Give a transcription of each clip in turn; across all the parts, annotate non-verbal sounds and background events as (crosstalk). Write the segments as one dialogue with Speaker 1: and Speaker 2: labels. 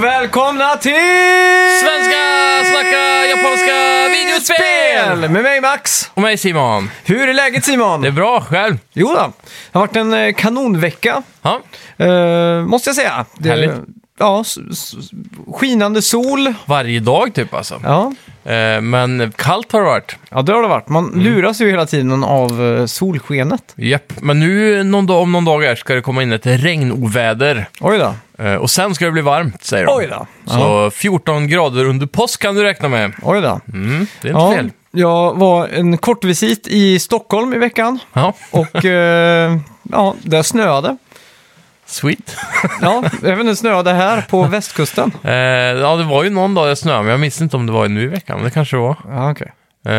Speaker 1: välkomna till
Speaker 2: Svenska snacka japanska videospel!
Speaker 1: Med mig Max.
Speaker 2: Och mig Simon.
Speaker 1: Hur är läget Simon?
Speaker 2: Det är bra, själv?
Speaker 1: Jo då, det har varit en eh, kanonvecka,
Speaker 2: Ja.
Speaker 1: eh, måste jag säga. Det,
Speaker 2: Härligt.
Speaker 1: Ja, s- s- skinande sol.
Speaker 2: Varje dag typ alltså.
Speaker 1: Ja.
Speaker 2: Eh, Men kallt har det varit.
Speaker 1: ja, det har det varit.
Speaker 2: Mm.
Speaker 1: Man luras ju hela tiden av eh, solskenet.
Speaker 2: Japp. Men nu någon dag, om någon dag här ska det komma in ett regnoväder.
Speaker 1: Oj då.
Speaker 2: Eh, Och sen ska det bli varmt, säger de.
Speaker 1: Oj då.
Speaker 2: Så 14 grader under påsk kan du räkna med.
Speaker 1: Oj då.
Speaker 2: Mm, det är inte
Speaker 1: Ja,
Speaker 2: fel.
Speaker 1: jag var en kort visit i Stockholm i veckan
Speaker 2: Ja, (laughs)
Speaker 1: och eh, ja, där snöade.
Speaker 2: sweet.
Speaker 1: Ja, även snöade här på västkusten.
Speaker 2: Eh, Ja, det var ju någon dag det snöade, men jag minns inte om det var nu i veckan. Men det kanske det var.
Speaker 1: Ja, okej.
Speaker 2: Eh,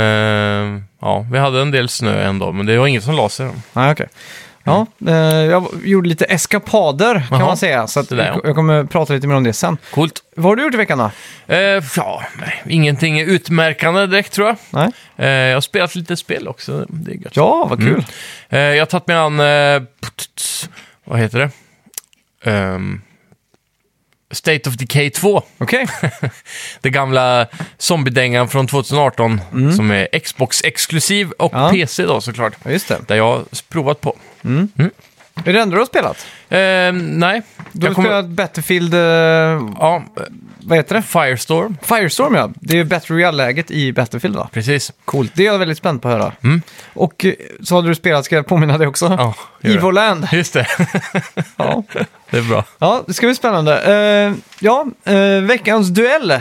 Speaker 2: Ja, vi hade en del snö en dag, men det var inget som la sig. då.
Speaker 1: Ja, okej. Ja, eh, jag gjorde lite eskapader kan
Speaker 2: Jaha.
Speaker 1: man säga, så att
Speaker 2: Sådär, ja.
Speaker 1: jag kommer prata lite mer om det sen.
Speaker 2: Coolt.
Speaker 1: Vad har du gjort i veckan då?
Speaker 2: Eh, ja, nej, ingenting utmärkande direkt tror jag.
Speaker 1: Nej?
Speaker 2: Eh, jag har spelat lite spel också, det är gött.
Speaker 1: Ja, vad kul.
Speaker 2: Mm. Eh, jag har tagit mig an, eh, pts- vad heter det? Ehm, State of Decay 2,
Speaker 1: Okej.
Speaker 2: det gamla zombiedängan från 2018 som är Xbox-exklusiv och
Speaker 1: Ja.
Speaker 2: PC då såklart.
Speaker 1: Ja, just det.
Speaker 2: Där jag har provat på.
Speaker 1: Är det enda du har spelat?
Speaker 2: Eh, nej,
Speaker 1: Du har
Speaker 2: jag kommer...
Speaker 1: spelat Battlefield, eh,
Speaker 2: Ja, eh,
Speaker 1: vad heter det?
Speaker 2: Firestorm,
Speaker 1: Firestorm ja. Det är ju Battle Royale-läget i Battlefield va?
Speaker 2: precis.
Speaker 1: Coolt. Det är jag väldigt spänd på att höra.
Speaker 2: Mm.
Speaker 1: Och eh, så hade du spelat, ska jag påminna dig också?
Speaker 2: Ja, gör det.
Speaker 1: Evoland.
Speaker 2: Just det,
Speaker 1: Ja.
Speaker 2: (laughs) det är bra.
Speaker 1: Ja, det ska bli spännande. Eh, ja, eh, veckans duell eh,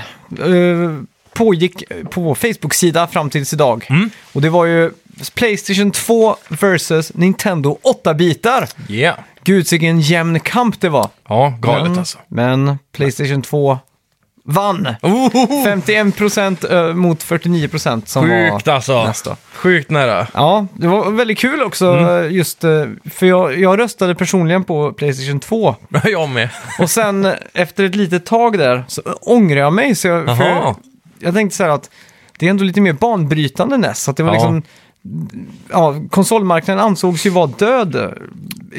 Speaker 1: pågick på Facebook-sida fram tills idag.
Speaker 2: Mm.
Speaker 1: Och det var ju Playstation 2 versus Nintendo 8-bitar.
Speaker 2: Yeah.
Speaker 1: Gud, vilken jämn kamp det var.
Speaker 2: Ja, galet
Speaker 1: men,
Speaker 2: alltså.
Speaker 1: Men Playstation 2 vann.
Speaker 2: Ohoho!
Speaker 1: 51% ö- mot 49% som
Speaker 2: Oh. Sjukt
Speaker 1: var
Speaker 2: alltså.
Speaker 1: nästa.
Speaker 2: Sjukt nära.
Speaker 1: Ja, det var väldigt kul också
Speaker 2: Mm.
Speaker 1: just eh, för jag, jag röstade personligen på Playstation 2
Speaker 2: Jag med.
Speaker 1: Och sen eh, efter ett litet tag där så ångrar jag mig. Så jag, för
Speaker 2: Jaha.
Speaker 1: jag, jag tänkte så här att det är ändå lite mer banbrytande NES. Så att det var
Speaker 2: Ja.
Speaker 1: liksom, ja, konsolmarknaden ansågs ju vara död eh,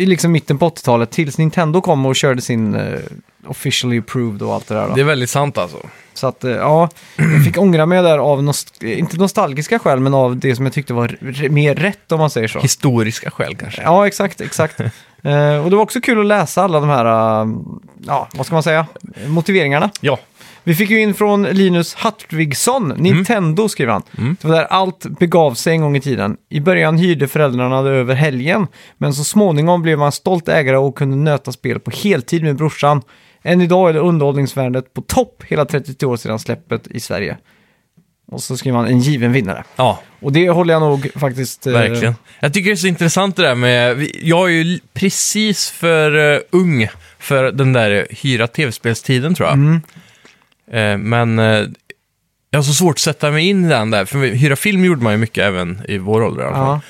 Speaker 1: i liksom mitten på 80-talet tills Nintendo kom och körde sin eh, officially approved och allt det där. Då.
Speaker 2: (laughs) Det är väldigt sant alltså.
Speaker 1: Så att eh, ja, jag fick ångra mig där av, nost- eh, inte nostalgiska skäl, men av det som jag tyckte var r- mer rätt om man säger så.
Speaker 2: Historiska skäl kanske.
Speaker 1: Ja, exakt, exakt. Eh, och det var också kul att läsa alla de här, eh, ja, vad ska man säga, motiveringarna.
Speaker 2: Ja.
Speaker 1: Vi fick ju in från Linus Hartvigsson, Nintendo skriver han. Det var där allt begav sig en gång i tiden. I början hyrde föräldrarna det över helgen, men så småningom blev man stolt ägare och kunde nöta spel på heltid med brorsan. Än idag är det underhållningsvärdet på topp hela 32 år sedan släppet i Sverige. Och så skriver han en given vinnare.
Speaker 2: Ja,
Speaker 1: Och det håller jag nog faktiskt... eh,
Speaker 2: verkligen. Jag tycker det är så intressant det där med... vi- Jag är ju l- precis för eh, ung för den där eh, hyra tv-spelstiden tror jag. Eh, men eh, jag har så svårt att sätta mig in i den där. För vi- hyra film gjorde man ju mycket även i vår ålder i alla fall.
Speaker 1: Ja.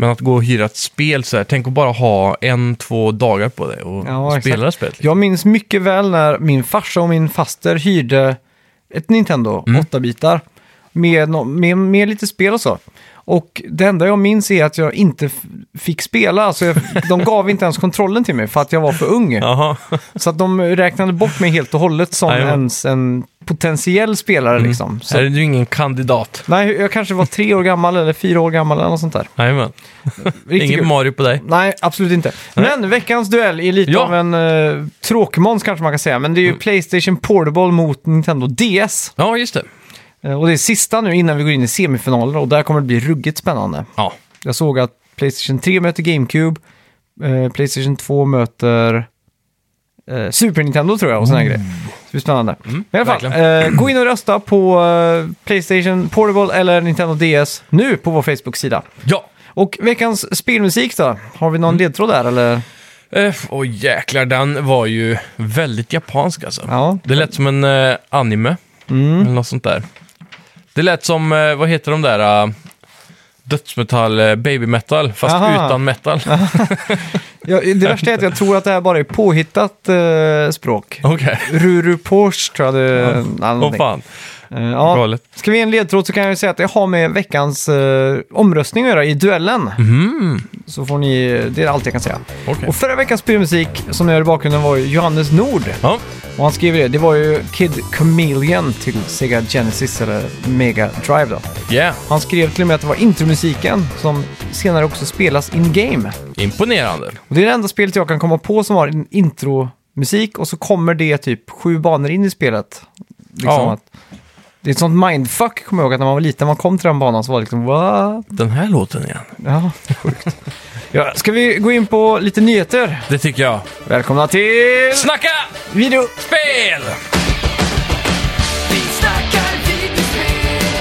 Speaker 2: Men att gå och hyra ett spel så här, tänk att bara ha en, två dagar på det och
Speaker 1: Ja, exakt.
Speaker 2: spela spelet.
Speaker 1: Jag minns mycket väl när min farsa och min faster hyrde ett Nintendo
Speaker 2: Mm.
Speaker 1: 8-bitar med, nå- med, med lite spel och så. Och det enda jag minns är att jag inte f- fick spela, alltså
Speaker 2: (laughs)
Speaker 1: jag, de gav inte ens kontrollen till mig för att jag var för ung.
Speaker 2: Jaha.
Speaker 1: Så att de räknade bort mig helt och hållet som
Speaker 2: Jajamän.
Speaker 1: ens en potentiell spelare liksom.
Speaker 2: Så. Mm. Här
Speaker 1: Så,
Speaker 2: är du ingen kandidat.
Speaker 1: nej, jag kanske var tre år gammal eller fyra år gammal eller något sånt där.
Speaker 2: Jajamän.
Speaker 1: Riktigt
Speaker 2: Ingen
Speaker 1: kul.
Speaker 2: Mario på dig.
Speaker 1: Nej, absolut inte. Men veckans duell är lite
Speaker 2: Ja.
Speaker 1: av en uh, tråkmåns kanske man kan säga. Men det är ju Playstation Portable mot Nintendo DS.
Speaker 2: Ja, just det.
Speaker 1: Eh, och det är sista nu innan vi går in i semifinaler och där kommer det bli ruggigt spännande.
Speaker 2: Ja.
Speaker 1: Jag såg att Playstation 3 möter GameCube, eh, Playstation 2 möter eh, Super Nintendo tror jag och sådana grejer. Så det blir spännande. Men i alla fall, eh, gå in och rösta på eh, Playstation Portable eller Nintendo DS nu på vår Facebook-sida.
Speaker 2: Ja.
Speaker 1: Och veckans spelmusik då? Har vi någon ledtråd där eller?
Speaker 2: Eh, och jäklar, den var ju väldigt japansk alltså.
Speaker 1: Ja. Mm.
Speaker 2: Det lät som en eh, anime. Eller något sånt där. Det lät som, eh, vad heter de där, eh, dödsmetall, eh, baby metal, fast
Speaker 1: Aha.
Speaker 2: utan metal.
Speaker 1: Ja, det värsta är att jag tror att det här bara är påhittat eh, språk.
Speaker 2: (laughs) Okej.
Speaker 1: Ruru Porsche tror jag det är.
Speaker 2: Åh fan.
Speaker 1: Eh, ja.
Speaker 2: Galet.
Speaker 1: Ska vi ge en ledtråd så kan jag ju säga att det har med veckans eh, omröstning att göra i duellen. Så får ni, det är allt jag kan säga.
Speaker 2: Mhm. Okej.
Speaker 1: Och förra veckans spelmusik som jag hörde i bakgrunden var ju Johannes Nord.
Speaker 2: Ja,
Speaker 1: Och han skriver det, det var ju Kid Chameleon till Sega Genesis eller Mega Drive då.
Speaker 2: yeah.
Speaker 1: Han skrev till och med att det var intromusiken som senare också spelas in-game.
Speaker 2: Imponerande.
Speaker 1: Och det är det enda spelet jag kan komma på som har en intromusik och så kommer det typ sju banor in i spelet. Liksom
Speaker 2: Ja.
Speaker 1: att, det är ett sånt mindfuck kommer jag ihåg att när man var liten, man kom till den banan så var det liksom va?
Speaker 2: Den här låten igen.
Speaker 1: Ja, sjukt.
Speaker 2: (laughs)
Speaker 1: ja, ska vi gå in på lite nyheter?
Speaker 2: Det tycker jag.
Speaker 1: Välkomna till
Speaker 2: Snacka
Speaker 1: video!
Speaker 2: spel!
Speaker 3: Vi snackar videospel,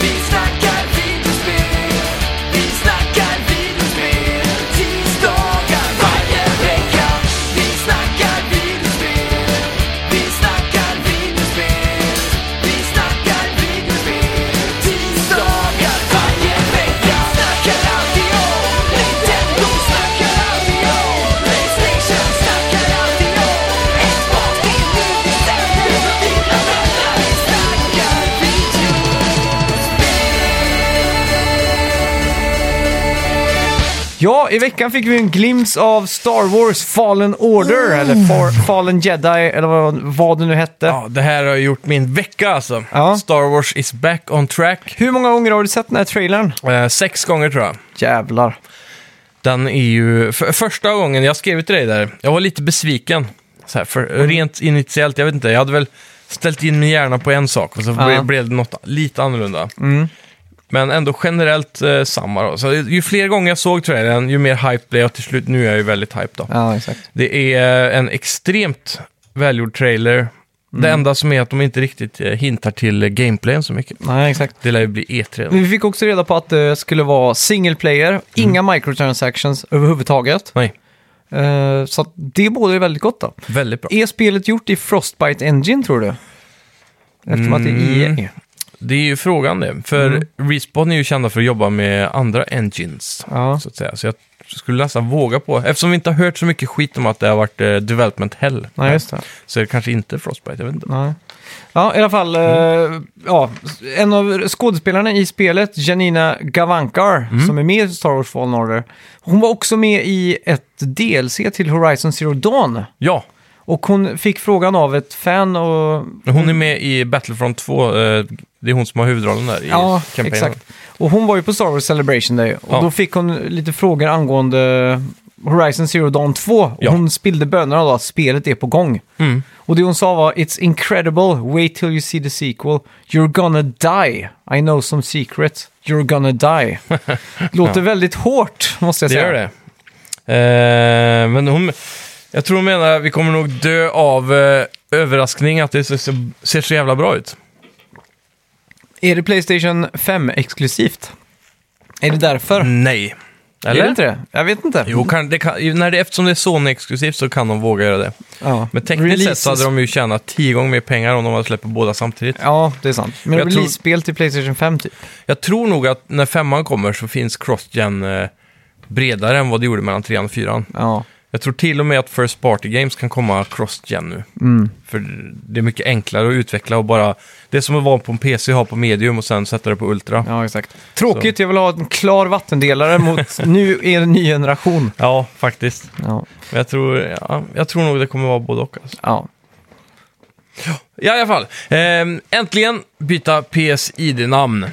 Speaker 3: vi snackar videospel, vi snackar videospel, tisdagar varje vecka. Vi snackar videospel, vi snackar videospel, vi snackar videospel, tisdagar varje vecka. Snackar alltid om Nintendo, snackar alltid om Playstation, snackar alltid om Xbox, Nintendo, dina vänner. Vi snackar video.
Speaker 1: Ja, i veckan fick vi en glimt av Star Wars Fallen Order, eller Far, Fallen Jedi, eller vad, vad det nu hette.
Speaker 2: Ja, det här har gjort min vecka alltså.
Speaker 1: Ja.
Speaker 2: Star Wars is back on track.
Speaker 1: Hur många gånger har du sett den här trailern?
Speaker 2: Eh, sex gånger tror jag.
Speaker 1: Jävlar.
Speaker 2: Den är ju... För, första gången jag skrev till dig där, jag var lite besviken. Så här, för,
Speaker 1: Mm.
Speaker 2: Rent initiellt, jag vet inte. Jag hade väl ställt in min hjärna på en sak och så
Speaker 1: Ja. Mm.
Speaker 2: ble, blev det något lite annorlunda. Men ändå generellt eh, samma då. Så ju fler gånger jag såg trailern, ju mer hype blev jag till slut. Nu är jag ju väldigt hype då.
Speaker 1: Ja, exakt.
Speaker 2: Det är en extremt välgjord trailer. Det
Speaker 1: Mm.
Speaker 2: enda som är att de inte riktigt eh, hintar till eh, gameplayen så mycket.
Speaker 1: Nej, exakt.
Speaker 2: Det lär ju bli E E3.
Speaker 1: Men vi fick också reda på att det skulle vara single player, inga microtransactions överhuvudtaget.
Speaker 2: Nej,
Speaker 1: Eh, så att det båda är väldigt gott då.
Speaker 2: väldigt bra.
Speaker 1: Är spelet gjort i Frostbite Engine tror du? Eftersom att det är E
Speaker 2: Mm.
Speaker 1: EA.
Speaker 2: Det är ju frågan det. För
Speaker 1: Mm.
Speaker 2: Respawn är ju kända för att jobba med andra engines.
Speaker 1: Ja.
Speaker 2: Så att säga. Så jag skulle nästan våga på, eftersom vi inte har hört så mycket skit om att det har varit eh, development hell.
Speaker 1: Nej, just det.
Speaker 2: Så är det kanske inte Frostbite, jag vet inte.
Speaker 1: Nej. Ja, i alla fall. eh, ja, en av skådespelarna i spelet, Janina Gavankar, som är med i Star Wars Fallen Order, hon var också med i ett DLC till Horizon Zero Dawn.
Speaker 2: Ja,
Speaker 1: Och hon fick frågan av ett fan och...
Speaker 2: hon är med i Battlefront 2. eh, Det är hon som har huvudrollen där i
Speaker 1: Ja,
Speaker 2: kampanjen.
Speaker 1: exakt. Och hon var ju på Star Wars Celebration Day. Och
Speaker 2: Ja.
Speaker 1: då fick hon lite frågor angående Horizon Zero Dawn 2. Och
Speaker 2: Ja.
Speaker 1: hon spillde bönorna då att spelet är på gång.
Speaker 2: Mm.
Speaker 1: Och det hon sa var “It's incredible, wait till you see the sequel. You're gonna die. I know some secrets. You're gonna
Speaker 2: (laughs)
Speaker 1: die.” Låter väldigt hårt, måste jag
Speaker 2: Det
Speaker 1: säga.
Speaker 2: gör det. Eh, men hon, jag tror hon menar att vi kommer nog dö av eh, överraskning att det ser så, ser så jävla bra ut.
Speaker 1: Är det Playstation 5-exklusivt? Är det därför?
Speaker 2: Nej.
Speaker 1: Är
Speaker 2: Mm. Eller?
Speaker 1: det inte det? Jag vet inte.
Speaker 2: Jo, kan, det kan, ju, när det, eftersom det är Sony-exklusivt så kan de våga göra det.
Speaker 1: Ja.
Speaker 2: Men tekniskt sett så
Speaker 1: Releases-
Speaker 2: hade de ju tjänat tio gånger mer pengar om de hade släppt båda samtidigt.
Speaker 1: Ja, det är sant. Men
Speaker 2: Jag tror-
Speaker 1: release-spel till Playstation 5 typ.
Speaker 2: Jag tror nog att när femman kommer så finns cross-gen eh, bredare än vad det gjorde mellan trean och fyran.
Speaker 1: Ja.
Speaker 2: Jag tror till och med att First Party Games kan komma cross-gen nu.
Speaker 1: Mm.
Speaker 2: För det är mycket enklare att utveckla och bara... Det är som att vara på en PC, ha på medium och sen sätta det på ultra.
Speaker 1: ja, exakt. Tråkigt, jag vill ha en klar vattendelare mot (laughs) nu är det en ny generation.
Speaker 2: Ja, faktiskt.
Speaker 1: Ja.
Speaker 2: Men jag tror, ja, jag tror nog det kommer vara både och. Alltså.
Speaker 1: ja.
Speaker 2: I alla fall, ehm, äntligen byta PSID-namn.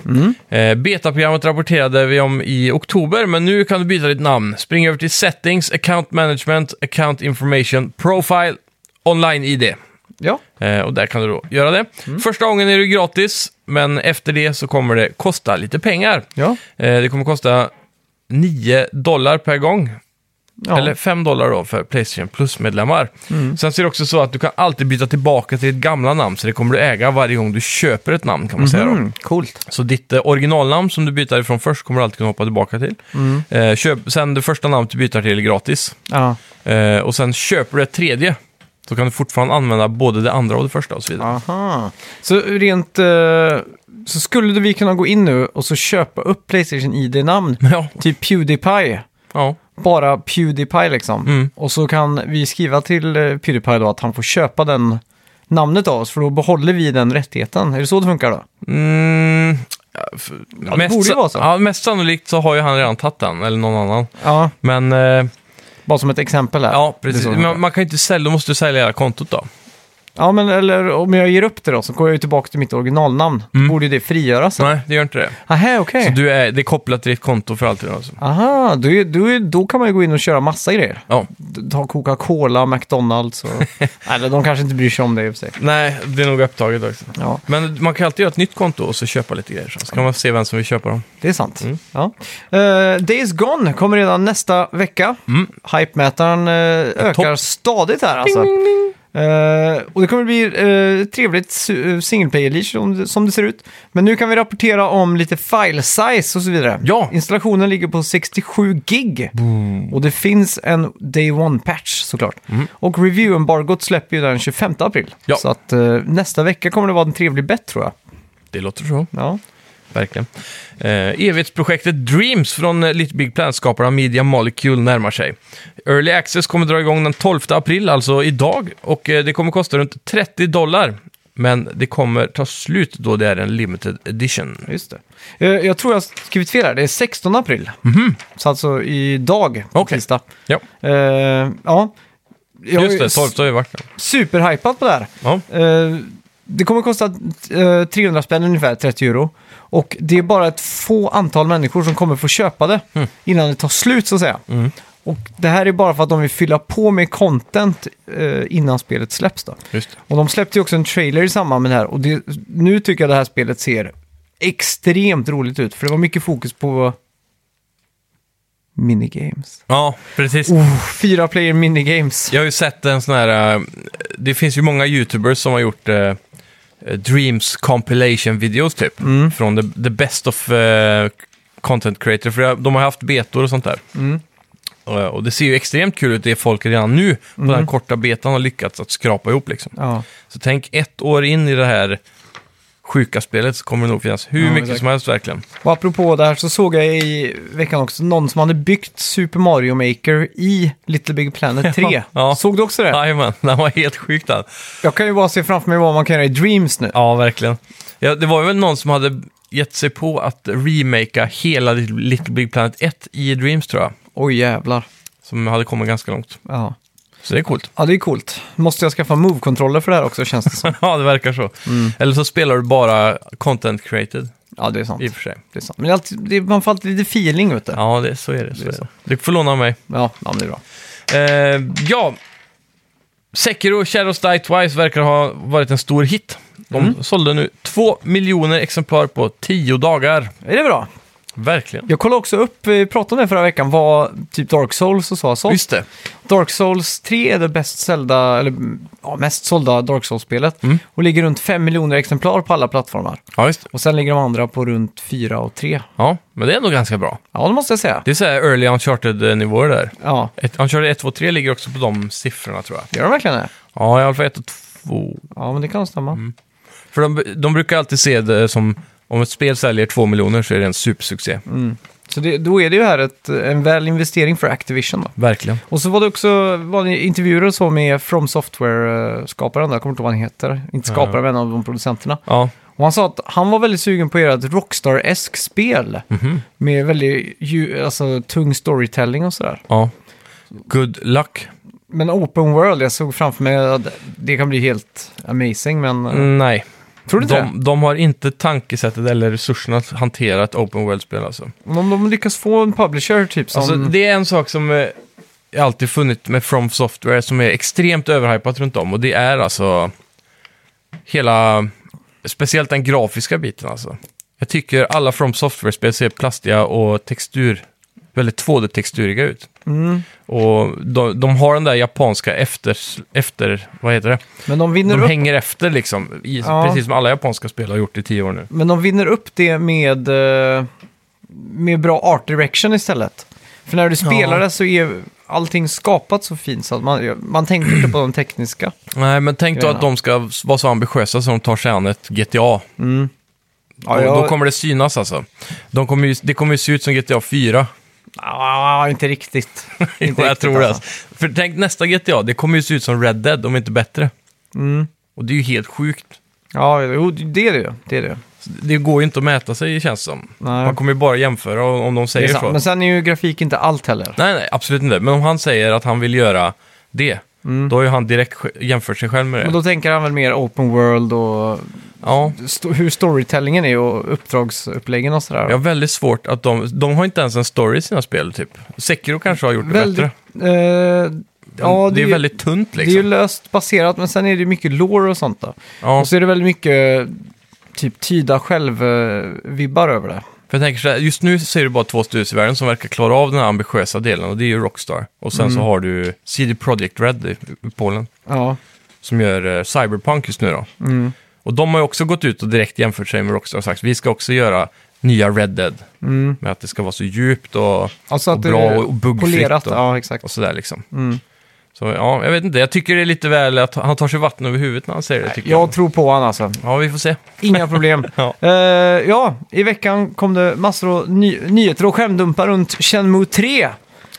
Speaker 2: Eh, Betaprogrammet rapporterade vi om i oktober, men nu kan du byta ditt namn. Spring över till Settings, Account Management, Account Information, Profile, Online-ID.
Speaker 1: ja.
Speaker 2: Eh, och där kan du då göra det. Första gången är det gratis, men efter det så kommer det kosta lite pengar.
Speaker 1: Ja.
Speaker 2: Eh, det kommer kosta 9 dollar per gång.
Speaker 1: ja. Mm.
Speaker 2: Eller 5 dollar då för Playstation Plus-medlemmar. Sen så är det också så att du kan alltid byta tillbaka till ditt gamla namn, så det kommer du äga varje gång du köper ett namn kan man säga. Då.
Speaker 1: Mm, coolt.
Speaker 2: Så ditt eh, originalnamn som du byter ifrån först kommer du alltid kunna hoppa tillbaka till.
Speaker 1: Mm.
Speaker 2: Eh, köp, sen det första namnet du byter till är gratis.
Speaker 1: Ja.
Speaker 2: Eh, och sen köper du ett tredje, så kan du fortfarande använda både det andra och det första och så vidare.
Speaker 1: Aha. Så rent... eh, så skulle vi kunna gå in nu och så köpa upp Playstation ID-namn,
Speaker 2: Ja,
Speaker 1: typ Pewdiepie.
Speaker 2: ja.
Speaker 1: Bara Mm. Pewdiepie liksom. Och så kan vi skriva till eh, Pewdiepie då att han får köpa den namnet av oss, för då behåller vi den rättigheten. Är det så det funkar då?
Speaker 2: Mm, ja, f-
Speaker 1: det borde ju vara så.
Speaker 2: Ja, mest sannolikt så har ju han redan tagit den, eller någon annan.
Speaker 1: Ja,
Speaker 2: Men eh,
Speaker 1: bara som ett exempel här.
Speaker 2: ja,
Speaker 1: Det
Speaker 2: precis.
Speaker 1: är så det
Speaker 2: Man, man kan ju inte sälja, då måste du sälja hela kontot då.
Speaker 1: Ja, men eller om jag ger upp det då, så går jag ju tillbaka till mitt originalnamn. Då borde ju det frigöras.
Speaker 2: Mm. Nej, det gör inte det.
Speaker 1: Aha, okej.
Speaker 2: Så du är, det är kopplat till ditt konto för alltid. Alltså.
Speaker 1: Aha, då, är- då, är- då kan man ju gå in och köra massa grejer.
Speaker 2: Ja.
Speaker 1: D- Ta Coca-Cola, McDonalds
Speaker 2: (laughs)
Speaker 1: och... Eller de kanske inte bryr sig om det i och för sig.
Speaker 2: Nej, det är nog upptaget också.
Speaker 1: Ja,
Speaker 2: Men man kan alltid göra ett nytt konto och så köpa lite grejer. Så kan man se vem som vill köpa dem.
Speaker 1: det är sant.
Speaker 2: Mm.
Speaker 1: Ja. Eh, Days Gone kommer redan nästa vecka. Hypemätaren eh, ökar
Speaker 2: Mm. topp.
Speaker 1: stadigt här alltså. Eh, och det kommer bli eh, trevligt su- single player leash som, det- som det ser ut. Men nu kan vi rapportera om lite file size och så vidare.
Speaker 2: Ja.
Speaker 1: Installationen ligger på 67 gig. Och det finns en Day One-patch såklart. Och review-embargot släpper ju den 25 april.
Speaker 2: Mm. Ja.
Speaker 1: Så att eh, nästa vecka kommer det vara en trevlig bett tror jag.
Speaker 2: Det låter så.
Speaker 1: Ja.
Speaker 2: Verkligen. Eh, evighetsprojektet Dreams från eh, Little Big Planet-skaparna Media Molecule närmar sig. Early Access kommer dra igång den 12 april, alltså idag, och eh, det kommer kosta runt 30 dollar. Men det kommer ta slut då det är en limited edition.
Speaker 1: Just det. Eh, Jag tror jag har skrivit fel här. Det är 16 april. Så alltså idag,
Speaker 2: Mhm. Okej.
Speaker 1: tisdag.
Speaker 2: Ja,
Speaker 1: Eh, ja. Jag
Speaker 2: just
Speaker 1: är
Speaker 2: det. 12 har ju varit.
Speaker 1: superhypat på det här.
Speaker 2: Ja.
Speaker 1: Eh, det kommer kosta eh, 300 spänn ungefär, 30 euro. Och det är bara ett få antal människor som kommer få köpa det
Speaker 2: Mm.
Speaker 1: innan det tar slut så att säga. Och det här är bara för att de vill fylla på med content eh, innan spelet släpps. Då.
Speaker 2: Just det.
Speaker 1: Och de släppte ju också en trailer i samband med det här. Och det, nu tycker jag det här spelet ser extremt roligt ut. För det var mycket fokus på minigames.
Speaker 2: Ja, precis.
Speaker 1: Oh, fyra player minigames.
Speaker 2: Jag har ju sett en sån här... eh, Det finns ju många YouTubers som har gjort eh, eh, Dreams compilation-videos typ. Från the, the best of eh, content creator. För jag- de har haft betor och sånt där. Och, och det ser ju extremt kul ut det folk redan nu på den korta betan har lyckats att skrapa ihop liksom.
Speaker 1: Ja.
Speaker 2: Så tänk ett år in i det här sjuka spelet så kommer det nog finnas hur
Speaker 1: Ja,
Speaker 2: mycket
Speaker 1: exakt.
Speaker 2: som helst verkligen.
Speaker 1: Och apropå det här så såg jag i veckan också någon som hade byggt Super Mario Maker i Little Big Planet 3.
Speaker 2: ja.
Speaker 1: Såg du också det?
Speaker 2: Jajamän, (laughs) den var helt sjukt alltså. den.
Speaker 1: Jag kan ju bara se framför mig vad man kan göra i Dreams nu.
Speaker 2: Ja, verkligen. Ja, det var väl någon som hade gett sig på att remakea hela Little Big Planet 1 i Dreams, tror jag.
Speaker 1: Oj jävlar.
Speaker 2: Som hade kommit ganska långt.
Speaker 1: Ja.
Speaker 2: Så det är coolt. (laughs)
Speaker 1: ja, det är coolt. Måste jag skaffa Move-kontroller för det här också känns det
Speaker 2: (laughs)
Speaker 1: som.
Speaker 2: ja, det verkar så. Eller så spelar du bara content created,
Speaker 1: Ja, det är sant.
Speaker 2: i och för sig.
Speaker 1: Det är sant. Men det är alltid, det är, man får alltid lite feeling vet du. Ja,
Speaker 2: Ja, det, så är det. Så
Speaker 1: Det
Speaker 2: är
Speaker 1: är
Speaker 2: det. Du får låna av mig.
Speaker 1: ja men det är bra.
Speaker 2: Eh, ja, Sekiro Shadows Die Twice verkar ha varit en stor hit. De sålde nu två miljoner exemplar på tio dagar.
Speaker 1: Är det bra?
Speaker 2: Verkligen.
Speaker 1: Jag kollade också upp, eh, vi pratade om det förra veckan, vad typ Dark Souls och så har sålt.
Speaker 2: Just det.
Speaker 1: Dark Souls 3 är det bäst sålda, eller mm, ja, mest sålda Dark Souls-spelet. Och ligger runt 5 miljoner exemplar på alla plattformar.
Speaker 2: Ja, just det.
Speaker 1: Och sen ligger de andra på runt 4 och 3.
Speaker 2: Ja, men det är ändå ganska bra.
Speaker 1: Ja, det måste jag säga.
Speaker 2: Det är så här early uncharted-nivåer där.
Speaker 1: Ja,
Speaker 2: Ett, uncharted 1, 2, 3 ligger också på de siffrorna tror jag.
Speaker 1: gör de verkligen det?
Speaker 2: Ja, i alla fall 1 och 2.
Speaker 1: Ja, men det kan stämma.
Speaker 2: För de, de brukar alltid se det som, om ett spel säljer 2 miljoner så är det en supersuccé.
Speaker 1: Så det, då är det ju här ett, en väl investering för Activision då.
Speaker 2: Verkligen.
Speaker 1: Och så var det också var det intervjuer och så med From Software-skaparen, där, jag kommer inte ihåg vad han heter. Inte skaparen, men en av de producenterna.
Speaker 2: Ja,
Speaker 1: Och han sa att han var väldigt sugen på att göra ett Rockstar-esk spel.
Speaker 2: Mhm.
Speaker 1: Med väldigt ju, alltså, tung storytelling och sådär.
Speaker 2: ja. Good luck.
Speaker 1: Men open world, jag såg framför mig att det kan bli helt amazing, men... eh,
Speaker 2: Mm, Nej,
Speaker 1: Tror du inte det?
Speaker 2: de, de har inte tankesättet eller resurserna att hantera ett open world-spel alltså.
Speaker 1: Men Om de lyckas få en publisher typ som...
Speaker 2: Alltså, det är en sak som eh, jag alltid funnit med From Software som är extremt överhypat runt om och det är alltså hela, speciellt den grafiska biten alltså. Jag tycker alla From Software-spel ser plastiga och textur, väldigt 2D-texturiga ut. Mm. Och de, de har den där japanska efter, efter vad heter det?
Speaker 1: Men de vinner
Speaker 2: De
Speaker 1: upp...
Speaker 2: hänger efter liksom, i,
Speaker 1: Ja.
Speaker 2: precis som alla japanska spel har gjort i tio år nu.
Speaker 1: Men de vinner upp det med, eh, med bra art direction istället. För när du spelar
Speaker 2: Ja.
Speaker 1: det så är allting skapat så fint så att man, man tänker inte på de tekniska.
Speaker 2: Nej, men tänk då
Speaker 1: Grejerna.
Speaker 2: att de ska vara så ambitiösa som de tar sig an ett GTA.
Speaker 1: Ja,
Speaker 2: och
Speaker 1: jag,
Speaker 2: Då kommer det synas alltså. De kommer ju, det kommer ju se ut som GTA (laughs) 4.
Speaker 1: Ah, inte riktigt.
Speaker 2: (laughs) Jo,
Speaker 1: inte
Speaker 2: jag
Speaker 1: riktigt
Speaker 2: tror det.
Speaker 1: alltså. Mm.
Speaker 2: För tänk nästa GTA, det kommer ju se ut som Red Dead, om inte bättre. Och Och det är ju helt sjukt.
Speaker 1: Ja, jo, det är det ju. Det är det ju.
Speaker 2: Så Det går ju inte att mäta sig känns det som.
Speaker 1: Nej.
Speaker 2: Man kommer ju bara jämföra om om de
Speaker 1: Det
Speaker 2: säger
Speaker 1: är sant.
Speaker 2: så.
Speaker 1: Men sen är ju grafik inte allt heller.
Speaker 2: Nej, nej, absolut inte. Men om han säger att han vill göra det, då har ju han direkt sj- jämfört sig själv med det.
Speaker 1: Mm. Men då tänker han väl mer open world och
Speaker 2: ja.
Speaker 1: sto- hur storytellingen är och uppdragsuppläggen och sådär.
Speaker 2: Jag har väldigt svårt att de... De har inte ens en story i sina spel, typ. Sekiro kanske har gjort det
Speaker 1: väldigt,
Speaker 2: bättre.
Speaker 1: eh, ja,
Speaker 2: det, är
Speaker 1: ju-
Speaker 2: väldigt tunt
Speaker 1: Det är
Speaker 2: liksom.
Speaker 1: ju löst baserat, men sen är det ju mycket lore och sånt då.
Speaker 2: ja.
Speaker 1: Och så är det väldigt mycket typ tyda själv-vibbar över det.
Speaker 2: För jag tänker så här, just nu så är det bara två studios i världen som verkar klara av den här ambitiösa delen och det är ju Rockstar. Och sen
Speaker 1: Mm.
Speaker 2: så har du CD Projekt Red i i Polen
Speaker 1: Ja,
Speaker 2: som gör eh, Cyberpunk just nu då.
Speaker 1: mm.
Speaker 2: Och de har ju också gått ut och direkt jämfört sig med Rockstar och sagt vi ska också göra nya Red Dead
Speaker 1: Mm.
Speaker 2: med att det ska vara så djupt och,
Speaker 1: Alltså
Speaker 2: Och
Speaker 1: att
Speaker 2: bra
Speaker 1: det är
Speaker 2: och buggfritt
Speaker 1: polerat.
Speaker 2: och-
Speaker 1: Ja, exakt.
Speaker 2: och sådär liksom.
Speaker 1: Mm.
Speaker 2: Så ja, jag vet inte, jag tycker det är lite väl att han tar sig vatten över huvudet när han säger det tycker jag.
Speaker 1: Jag tror på han alltså.
Speaker 2: Ja, vi får se. (laughs)
Speaker 1: Inga problem.
Speaker 2: Ja.
Speaker 1: Eh, ja, i veckan kom det massor av ny- nyheter och skärmdumpar runt Shenmue 3.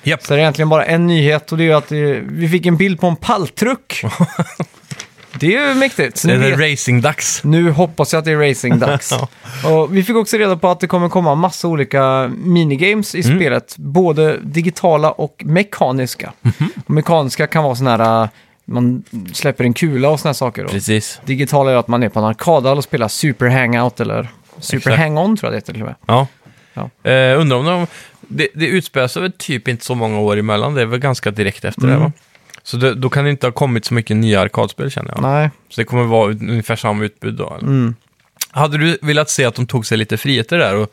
Speaker 2: Japp.
Speaker 1: Så det är egentligen bara en nyhet och det är ju att eh, vi fick en bild på en
Speaker 2: (laughs)
Speaker 1: palltruck. det är ju mäktigt. Så
Speaker 2: Det
Speaker 1: nu,
Speaker 2: är
Speaker 1: vet,
Speaker 2: det racingdags.
Speaker 1: nu hoppas jag att det är
Speaker 2: (laughs)
Speaker 1: racingdags. och vi fick också reda på att det kommer komma massa olika minigames i
Speaker 2: Mm.
Speaker 1: spelet. Både digitala och mekaniska.
Speaker 2: Mhm.
Speaker 1: Och mekaniska kan vara sådana här, eh, man släpper en kula och sådana här saker. Då.
Speaker 2: Precis.
Speaker 1: Digitala är att man är på en arkadhall och spelar Super Hangout eller Super
Speaker 2: Exakt.
Speaker 1: Hang-On tror jag det heter till och med.
Speaker 2: Ja.
Speaker 1: Ja.
Speaker 2: Eh, undrar om de... Det, det utspelar sig väl typ inte så många år emellan. Det är väl ganska direkt efter det,
Speaker 1: Mm.
Speaker 2: va? Så det, då kan det inte ha kommit så mycket nya arkadspel, känner jag.
Speaker 1: Nej. Mm.
Speaker 2: Så det kommer vara ut- ungefär samma utbud då, eller? Hade du velat se att de tog sig lite friheter där och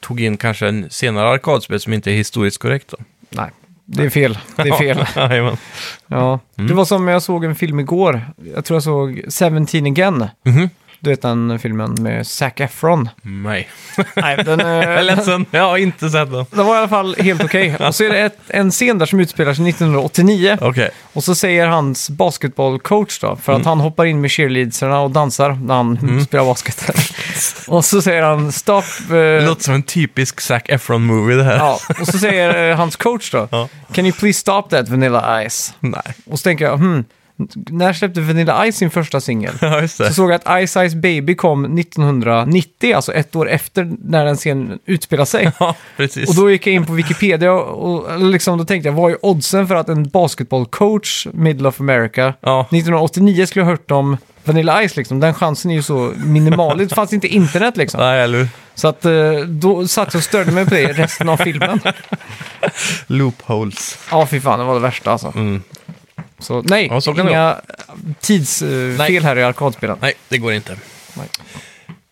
Speaker 2: tog in kanske en senare arkadspel som inte är historiskt korrekt då?
Speaker 1: Nej, det är
Speaker 2: (laughs)
Speaker 1: fel. Det är fel.
Speaker 2: Jajamän.
Speaker 1: ja.
Speaker 2: Mm.
Speaker 1: Det var som jag såg en film igår. Jag tror jag såg 17 again.
Speaker 2: Mhm. Mm.
Speaker 1: Du vet den filmen med Zac Efron.
Speaker 2: Nej.
Speaker 1: (laughs) Nej, den,
Speaker 2: (laughs)
Speaker 1: eh,
Speaker 2: Jag är ledsen, jag har inte sett den.
Speaker 1: den var i alla fall helt
Speaker 2: (laughs)
Speaker 1: okej. Och så är det ett, en scen där som utspelar sig 1989.
Speaker 2: Okej.
Speaker 1: Och så säger hans basketbollcoach då, för
Speaker 2: Mm.
Speaker 1: att han hoppar in med cheerleaderserna och dansar när han spelar
Speaker 2: (laughs)
Speaker 1: basket. och så säger han stopp...
Speaker 2: Det
Speaker 1: eh,
Speaker 2: låter som en typisk Zac Efron-movie det
Speaker 1: (laughs)
Speaker 2: här.
Speaker 1: Ja, och så säger eh, hans coach då,
Speaker 2: Ja.
Speaker 1: Can you please stop that Vanilla Ice?
Speaker 2: (laughs) Nej.
Speaker 1: Och så tänker jag, hmm, när släppte Vanilla Ice sin första singel?
Speaker 2: (laughs) Ja, just
Speaker 1: Så
Speaker 2: det.
Speaker 1: såg jag att Ice Ice Baby kom 1990, alltså ett år efter när den sen utspelar sig.
Speaker 2: Ja, precis.
Speaker 1: Och då gick jag in på Wikipedia och, och eller liksom, då tänkte jag, vad är oddsen för att en basketbollcoach, Middle of America,
Speaker 2: Ja.
Speaker 1: 1989 skulle ha hört om Vanilla Ice liksom. Den chansen är ju så minimal. Det fanns inte internet liksom.
Speaker 2: Nej, eller hur?
Speaker 1: Så att eh, då satt jag och störde mig på det resten av filmen.
Speaker 2: Loopholes.
Speaker 1: Ja, fy fan, det var det värsta alltså.
Speaker 2: Mm.
Speaker 1: Så nej,
Speaker 2: Ja, så kan det
Speaker 1: inga tidsfel här i arkadspelen.
Speaker 2: Nej, det går inte.
Speaker 1: Nej.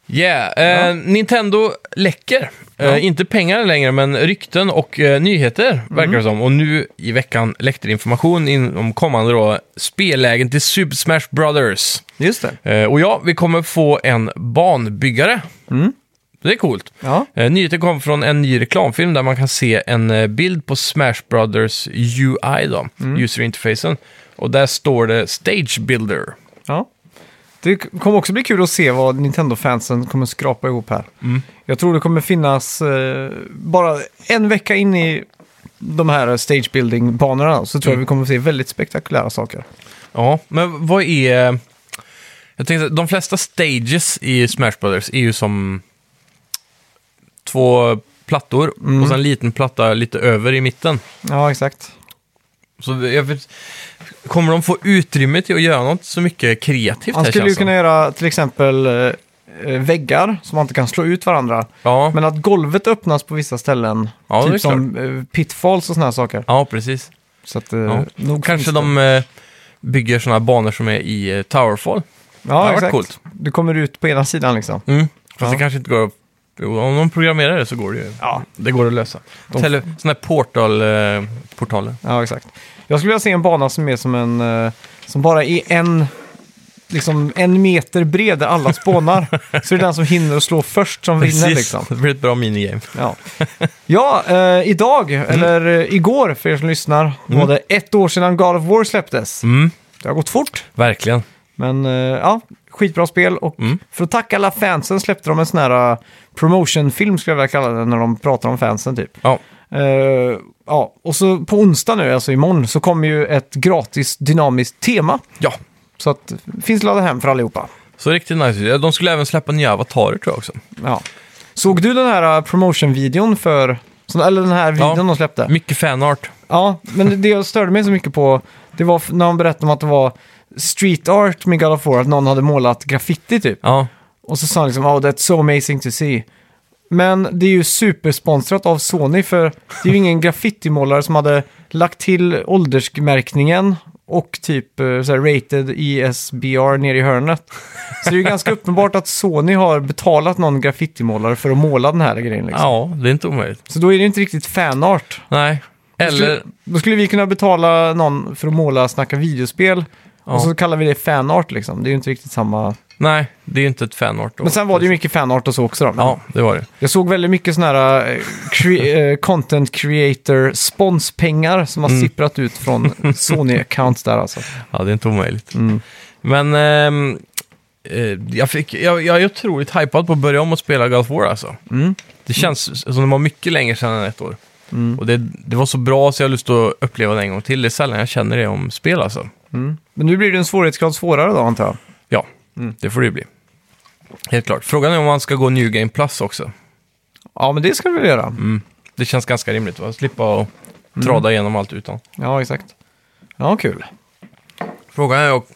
Speaker 2: Yeah, eh, Nintendo läcker. Eh, inte pengar längre, men rykten och eh, nyheter verkar det som. Och nu i veckan läckte det information in om kommande då, spellägen till Super Smash Brothers.
Speaker 1: Just det.
Speaker 2: Eh, och ja, vi kommer få en banbyggare. Det är coolt.
Speaker 1: Ja.
Speaker 2: Eh, nyheten kom från en ny reklamfilm där man kan se en eh, bild på Smash Brothers UI, då, user interfacen. Och där står det Stage Builder.
Speaker 1: ja. Det k- kommer också bli kul att se vad Nintendo-fansen kommer skrapa ihop här.
Speaker 2: Mm.
Speaker 1: Jag tror det kommer finnas, eh, bara en vecka in i de här stagebuilding-banorna så
Speaker 2: Mm.
Speaker 1: tror jag vi kommer se väldigt spektakulära saker.
Speaker 2: Ja, men vad är... Jag tänkte, de flesta stages i Smash Brothers är ju som två plattor
Speaker 1: Mm.
Speaker 2: och sen en liten platta lite över i mitten.
Speaker 1: Ja, exakt.
Speaker 2: Så jag vet, kommer de få utrymme till att göra något så mycket kreativt
Speaker 1: Man
Speaker 2: här
Speaker 1: skulle ju
Speaker 2: känns det
Speaker 1: kunna göra till exempel eh, eh, väggar som man inte kan slå ut varandra.
Speaker 2: som. Ja,
Speaker 1: Men att golvet öppnas på vissa ställen,
Speaker 2: Ja, det är
Speaker 1: typ som eh, pitfalls och sådana här saker.
Speaker 2: ja, precis.
Speaker 1: Så att, eh,
Speaker 2: Ja.
Speaker 1: nog
Speaker 2: Kanske
Speaker 1: finns det.
Speaker 2: de eh, bygger sådana banor som är i eh, Towerfall.
Speaker 1: Ja,
Speaker 2: hade varit
Speaker 1: exakt.
Speaker 2: coolt.
Speaker 1: Du kommer ut på ena sidan liksom.
Speaker 2: Mm. Fast
Speaker 1: Ja.
Speaker 2: det kanske inte går att... Jo, om de programmerar det så går det ju.
Speaker 1: Ja.
Speaker 2: Det går att lösa.
Speaker 1: De-
Speaker 2: Tele, sådana här portal, eh, portaler.
Speaker 1: Ja, exakt. Jag skulle vilja se en bana som är som en... eh, Som bara är en... Liksom en meter bred där alla spånar. så är det den som hinner att slå först som vinner liksom.
Speaker 2: Det blir ett bra minigame.
Speaker 1: Ja, ja eh, idag, eller eh, igår för er som lyssnar, var det ett år sedan God of War släpptes.
Speaker 2: Mm,
Speaker 1: Det har gått fort,
Speaker 2: verkligen.
Speaker 1: men eh, ja, skitbra spel. Och
Speaker 2: Mm.
Speaker 1: för att tacka alla fansen släppte de en sån här eh, promotionfilm, skulle jag vilja kalla det, när de pratar om fansen typ.
Speaker 2: Ja,
Speaker 1: Eh, ja, och så på onsdag nu, alltså imorgon, så kommer ju ett gratis dynamiskt tema
Speaker 2: ja.
Speaker 1: Så att, finns ladda hem för allihopa.
Speaker 2: Så riktigt nice. Ja, De skulle även släppa nya avatarer tror jag också.
Speaker 1: Ja. Såg du den här eh, promotion-videon för... så- Eller den här videon de släppte?
Speaker 2: Mycket fanart.
Speaker 1: Ja, men det jag störde mig så mycket på, det var f- när han berättade om att det var street art med God of War, att någon hade målat graffiti typ.
Speaker 2: Ja.
Speaker 1: Och så sa han liksom, oh that's so amazing to see. Men det är ju supersponsrat av Sony för det är ju ingen graffitimålare som hade lagt till åldersmärkningen och typ eh, så här, rated ESBR nere i hörnet. Så det är ju
Speaker 2: (laughs)
Speaker 1: ganska uppenbart att Sony har betalat någon graffitimålare för att måla den här grejen. Liksom.
Speaker 2: ja, det är inte omöjligt.
Speaker 1: Så då är det ju inte riktigt fanart.
Speaker 2: Nej.
Speaker 1: Då skulle-
Speaker 2: Eller,
Speaker 1: Då skulle vi kunna betala någon för att måla snacka videospel.
Speaker 2: Ja.
Speaker 1: Och så kallar vi det fanart liksom. Det är ju inte riktigt samma.
Speaker 2: nej, det är ju inte ett fanart. då.
Speaker 1: Men sen var det ju mycket fanart och så också då. Men
Speaker 2: Ja, det var det.
Speaker 1: Jag såg väldigt mycket sådana här eh, cre- eh, content creator sponspengar som har sipprat ut från Sony-accounts där alltså.
Speaker 2: Ja, det är inte omöjligt. Men ehm, eh, jag, fick, jag, jag är otroligt hypad på att börja om och spela God of War alltså.
Speaker 1: Mm.
Speaker 2: Det känns som det var mycket längre sedan än ett år. Och det, det var så bra så jag har lust att uppleva det en gång till. Det är sällan jag känner det om spel alltså.
Speaker 1: Men nu blir det en svårighetsgrad svårare då antar jag.
Speaker 2: Ja, det får det ju bli. Helt klart. Frågan är om man ska gå New Game Plus också.
Speaker 1: Ja, men det ska vi väl göra.
Speaker 2: Det känns ganska rimligt va? Slippa att trada igenom allt utan.
Speaker 1: Ja, exakt. Ja, kul.
Speaker 2: Frågan är också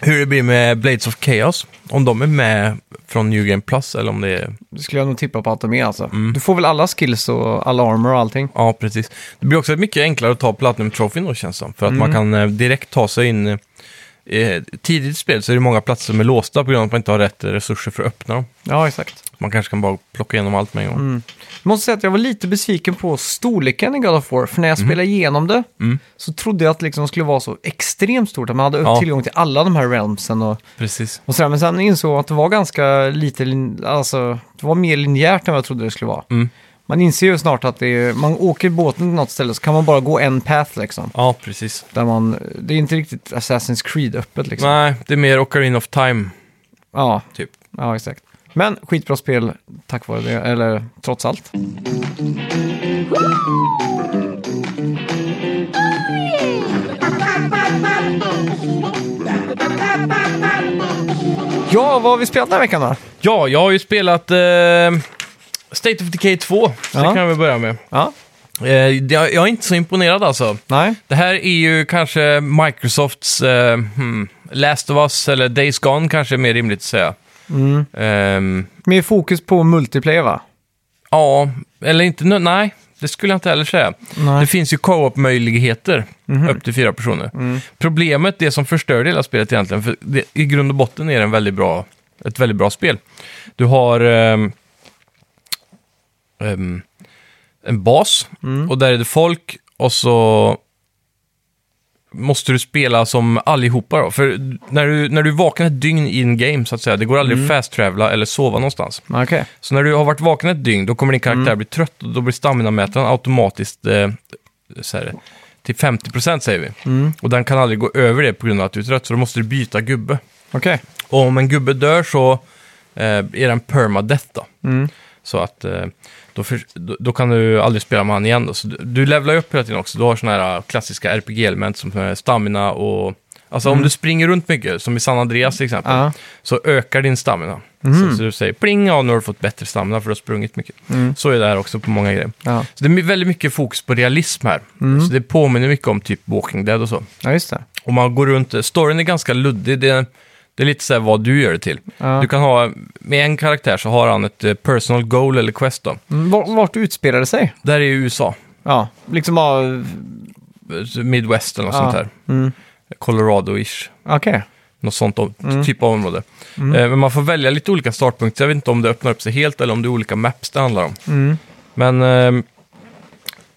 Speaker 2: hur det blir med Blades of Chaos. Om de är med från New Game Plus eller om det är...
Speaker 1: Det skulle jag nog tippa på att de är alltså. Du får väl alla skills och alla armor och allting.
Speaker 2: Ja, precis. Det blir också mycket enklare att ta Platinum Trophy då känns det som. För att man kan eh, direkt ta sig in. Eh, tidigt i spelet så är det många platser som är låsta på grund av att man inte har rätt resurser för att öppna dem.
Speaker 1: Ja, exakt.
Speaker 2: Man kanske kan bara plocka igenom allt med en gång.
Speaker 1: Jag måste säga att jag var lite besviken på storleken i God of War, för när jag spelade igenom det så trodde jag att det liksom skulle vara så extremt stort, att man hade
Speaker 2: Ja.
Speaker 1: tillgång till alla de här realmsen och,
Speaker 2: Precis.
Speaker 1: och sådär. Men sen insåg jag att det var ganska lite, lin- alltså det var mer linjärt än vad jag trodde det skulle vara.
Speaker 2: Mm.
Speaker 1: Man inser ju snart att det är, man åker båten till något ställe så kan man bara gå en path liksom.
Speaker 2: Ja, precis.
Speaker 1: Där man, det är inte riktigt Assassin's Creed-öppet liksom.
Speaker 2: Nej, det är mer Ocarina of Time,
Speaker 1: Ja,
Speaker 2: typ.
Speaker 1: ja, exakt. Men skitbra spel tack vare det, eller trots allt. Ja, vad har vi spelat den här veckan då?
Speaker 2: Ja, jag har ju spelat eh, State of Decay 2, så
Speaker 1: Ja.
Speaker 2: det kan vi börja med.
Speaker 1: Ja,
Speaker 2: Eh, det- jag är inte så imponerad alltså.
Speaker 1: nej.
Speaker 2: Det här är ju kanske Microsofts eh, hmm, Last of Us eller Days Gone kanske är mer rimligt att säga. Ehm,
Speaker 1: Med fokus på multiplayer va?
Speaker 2: ja, eller inte nu, nej. Det skulle jag inte heller säga.
Speaker 1: Nej.
Speaker 2: Det finns ju co-op-möjligheter upp till fyra personer. Problemet, det som förstörde hela spelet egentligen, för det, i grund och botten är det en väldigt bra, ett väldigt bra spel. Du har ehm, ehm, en bas och där är det folk och så måste du spela som allihopa då. För när du, när du vaknar ett dygn in-game så att säga, det går aldrig att fast-travela eller sova någonstans.
Speaker 1: Ah, Okej.
Speaker 2: Så när du har varit vaken ett dygn, då kommer din karaktär bli trött och då blir staminamätaren automatiskt eh, så här, till 50% säger vi. Och den kan aldrig gå över det på grund av att du är trött, så då måste du byta gubbe.
Speaker 1: Okej.
Speaker 2: Och om en gubbe dör så eh, är den permadeath då.
Speaker 1: Mm.
Speaker 2: Så att eh, då, för, då, då kan du aldrig spela med han igen då. Så du, du levlar ju upp hela tiden också. Du har sådana här eh, klassiska RPG-element som eh, stamina och... Alltså om du springer runt mycket, som i San Andreas till exempel,
Speaker 1: Mm. Ja. Mhm.
Speaker 2: så ökar din stamina. Så, så du säger pling, ja nu har du fått bättre stamina för du har sprungit mycket. Så är det här också på många grejer.
Speaker 1: Mm. Ja. Mm.
Speaker 2: Så det är väldigt mycket fokus på realism här. Så det påminner mycket om typ Walking Dead och så.
Speaker 1: ja, just det.
Speaker 2: Och man går runt, storyn är ganska luddig. Det, det är lite så här vad du gör det till.
Speaker 1: Ja.
Speaker 2: Du kan ha, med en karaktär så har han ett eh, personal goal eller quest då.
Speaker 1: Mm, Vart, vart utspelar det sig?
Speaker 2: Där är ju USA,
Speaker 1: Ja, liksom av...
Speaker 2: eh, Midwest eller något
Speaker 1: Ja.
Speaker 2: sånt här.
Speaker 1: Mm.
Speaker 2: Colorado-ish,
Speaker 1: Okej.
Speaker 2: något sånt om,
Speaker 1: Mm.
Speaker 2: typ av område. Eh, Men man får välja lite olika startpunkter. Jag vet inte om det öppnar upp sig helt eller om det är olika maps det handlar om.
Speaker 1: Mm.
Speaker 2: Men ehm,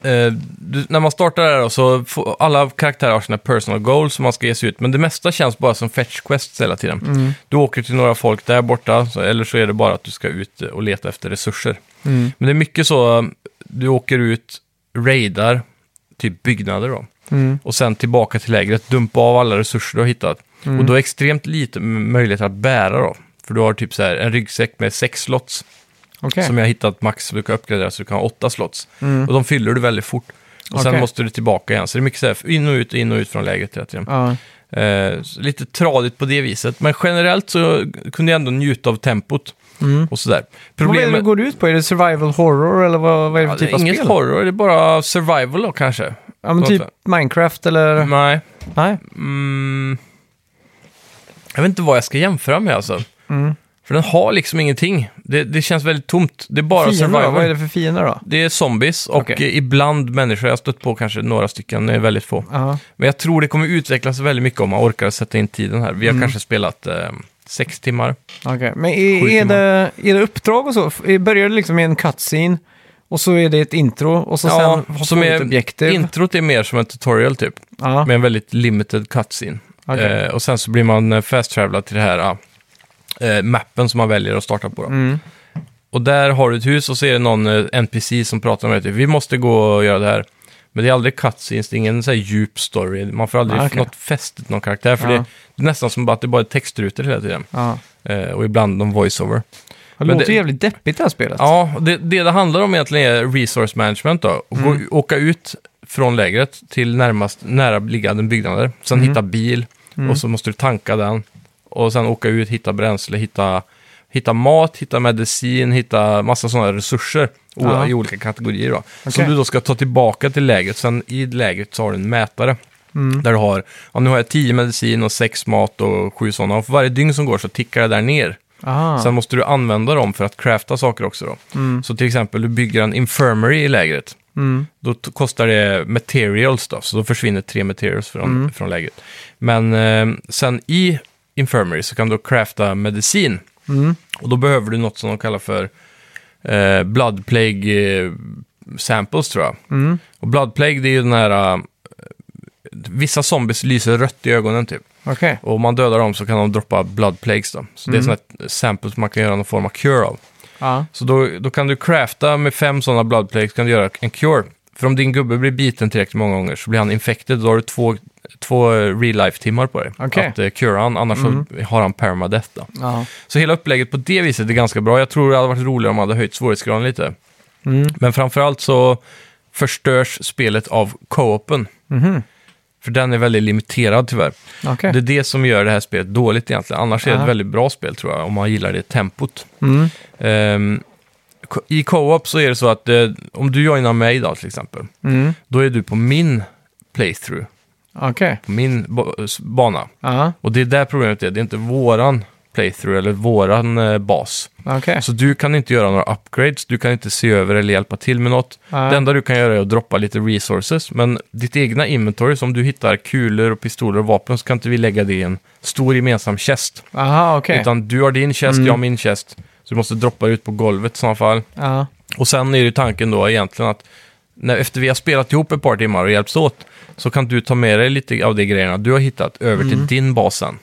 Speaker 2: eh, du, när man startar där då, så får, alla karaktärer har sina personal goals som man ska ge sig ut. Men det mesta känns bara som fetch quests hela tiden.
Speaker 1: Mm.
Speaker 2: Du åker till några folk där borta, så, eller så är det bara att du ska ut eh, och leta efter resurser.
Speaker 1: Mm.
Speaker 2: Men det är mycket så, eh, du åker ut, raidar, typ byggnader då.
Speaker 1: Mm.
Speaker 2: Och sen tillbaka till lägret, dumpa av alla resurser du har hittat.
Speaker 1: Mm.
Speaker 2: Och du har extremt lite m- möjlighet att bära då. För du har typ så här en ryggsäck med sex slots
Speaker 1: Okej.
Speaker 2: som jag har hittat max, så du kan uppgradera så du kan ha åtta slots.
Speaker 1: Mm.
Speaker 2: Och de fyller du väldigt fort. Och sen
Speaker 1: Okej.
Speaker 2: måste du tillbaka igen. Så det är mycket så här, in och ut, in och ut från lägret hela tiden.
Speaker 1: Ja.
Speaker 2: Eh, så lite tradigt på det viset. Men generellt så kunde jag ändå njuta av tempot. Och sådär.
Speaker 1: Mm. Vad är det det
Speaker 2: Problemet...
Speaker 1: går ut på? Är det survival horror eller vad, vad är det
Speaker 2: Ja,
Speaker 1: för
Speaker 2: det
Speaker 1: typ av
Speaker 2: är
Speaker 1: spel?
Speaker 2: inget horror, Alltså- det är bara survival då kanske.
Speaker 1: Ja, men typ
Speaker 2: Något
Speaker 1: Minecraft eller?
Speaker 2: Nej.
Speaker 1: Nej.
Speaker 2: Mm. Jag vet inte vad jag ska jämföra med alltså.
Speaker 1: Mm.
Speaker 2: För den har liksom ingenting. Det, det känns väldigt tomt. Det är bara
Speaker 1: Fiender då?
Speaker 2: survival.
Speaker 1: Vad är
Speaker 2: Det?
Speaker 1: det för fiender då?
Speaker 2: är zombies och
Speaker 1: Okej.
Speaker 2: eh, ibland människor. Jag har stött på kanske några stycken, det är väldigt få.
Speaker 1: Ja.
Speaker 2: Men jag tror det kommer utvecklas väldigt mycket om man orkar sätta in tiden här. Vi
Speaker 1: Mm.
Speaker 2: har kanske spelat eh, sex timmar.
Speaker 1: Okej, men
Speaker 2: Sju
Speaker 1: är, är,
Speaker 2: timmar.
Speaker 1: det, är det uppdrag och så? F- Börjar det liksom med en cutscene och så är det ett intro och så sen har
Speaker 2: som
Speaker 1: du ett
Speaker 2: är,
Speaker 1: objektiv?
Speaker 2: introt är mer som en tutorial typ,
Speaker 1: ja.
Speaker 2: med en väldigt limited cutscene.
Speaker 1: Okej.
Speaker 2: Eh, och sen så blir man eh, fast-travelad till det här ah, eh, mappen som man väljer att starta på. Då.
Speaker 1: Mm.
Speaker 2: Och där har du ett hus och så är det någon eh, NPC som pratar med dig. Typ, vi måste gå och göra det här. Men det är aldrig cutscenes, det är ingen så här djup story. Man får aldrig
Speaker 1: Ah, okej.
Speaker 2: något fästet någon karaktär. För
Speaker 1: Ja.
Speaker 2: det, det är nästan som bara att det bara är textrutor hela tiden.
Speaker 1: ja.
Speaker 2: Eh, och ibland någon voiceover.
Speaker 1: Det
Speaker 2: Men
Speaker 1: låter
Speaker 2: det-
Speaker 1: jävligt deppigt det här spelet.
Speaker 2: Ja, och det, det det handlar om egentligen är resource management då. Och
Speaker 1: Mm.
Speaker 2: gå, åka ut från lägret till närmast näraliggande byggnader. Sen
Speaker 1: Mm.
Speaker 2: hitta bil och så måste du tanka den. Och sen åka ut, hitta bränsle, hitta, hitta mat, hitta medicin, hitta massa sådana resurser o-
Speaker 1: Ja.
Speaker 2: i olika kategorier. Då. Som
Speaker 1: Okej.
Speaker 2: du då ska ta tillbaka till lägret. Sen i lägret så har du en mätare.
Speaker 1: Mm.
Speaker 2: Där du har, ja, nu har jag 10 medicin och 6 mat och 7 sådana. Och för varje dygn som går så tickar det där ner.
Speaker 1: Aha.
Speaker 2: Sen måste du använda dem för att crafta saker också. Då. Så till exempel, du bygger en infirmary i lägret.
Speaker 1: Mm.
Speaker 2: Då t- kostar det materials då, så då försvinner tre materials från,
Speaker 1: Mm.
Speaker 2: från lägret. Men eh, sen i infirmary så kan du crafta medicin.
Speaker 1: Mm.
Speaker 2: Och då behöver du något som de kallar för eh, blood plague eh, samples tror jag.
Speaker 1: Mm.
Speaker 2: Och blood plague det är ju den här... Eh, vissa zombies lyser rött i ögonen typ.
Speaker 1: Okej.
Speaker 2: Och om man dödar dem så kan de droppa blood plagues då. Så
Speaker 1: Mm.
Speaker 2: det är sådana samples man kan göra någon form av cure av.
Speaker 1: Ja.
Speaker 2: Så då, då kan du crafta med fem sådana blood plagues kan du göra en cure. För om din gubbe blir biten tillräckligt många gånger så blir han infected. Då har du två, två eh, real life-timmar på dig.
Speaker 1: Okej. Mm.
Speaker 2: Att uh, cura han, annars så har han permadeath då.
Speaker 1: Ja.
Speaker 2: Så hela upplägget på det viset är ganska bra. Jag tror det hade varit roligare om man hade höjt svårighetsgraden lite.
Speaker 1: Mm.
Speaker 2: Men framförallt så förstörs spelet av co-open.
Speaker 1: Mhm.
Speaker 2: För den är väldigt limiterad tyvärr.
Speaker 1: Okej.
Speaker 2: Det är det som gör det här spelet dåligt egentligen. Annars är det
Speaker 1: Aha.
Speaker 2: ett väldigt bra spel tror jag, om man gillar det tempot.
Speaker 1: Mm.
Speaker 2: Ehm, ko- I co-op så är det så att eh, om du joinar mig då till exempel,
Speaker 1: Mm.
Speaker 2: då är du på min playthrough,
Speaker 1: Okej.
Speaker 2: på min ba- s- bana.
Speaker 1: Ja.
Speaker 2: Och det är där problemet är, det är inte våran playthrough eller våran eh, bas.
Speaker 1: Okej.
Speaker 2: Så du kan inte göra några upgrades, du kan inte se över eller hjälpa till med något.
Speaker 1: Ja.
Speaker 2: Det enda du kan göra är att droppa lite resources, men ditt egna inventory, så om du hittar kulor och pistoler och vapen så kan inte vi lägga det i en stor gemensam chest.
Speaker 1: Aha, okej.
Speaker 2: Utan du har din chest, jag har min chest. Så du måste droppa ut på golvet i sådana fall.
Speaker 1: Ja.
Speaker 2: Och sen är ju tanken då egentligen att när, efter vi har spelat ihop ett par timmar och hjälpts åt så kan du ta med dig lite av de grejerna du har hittat över till din bas sen.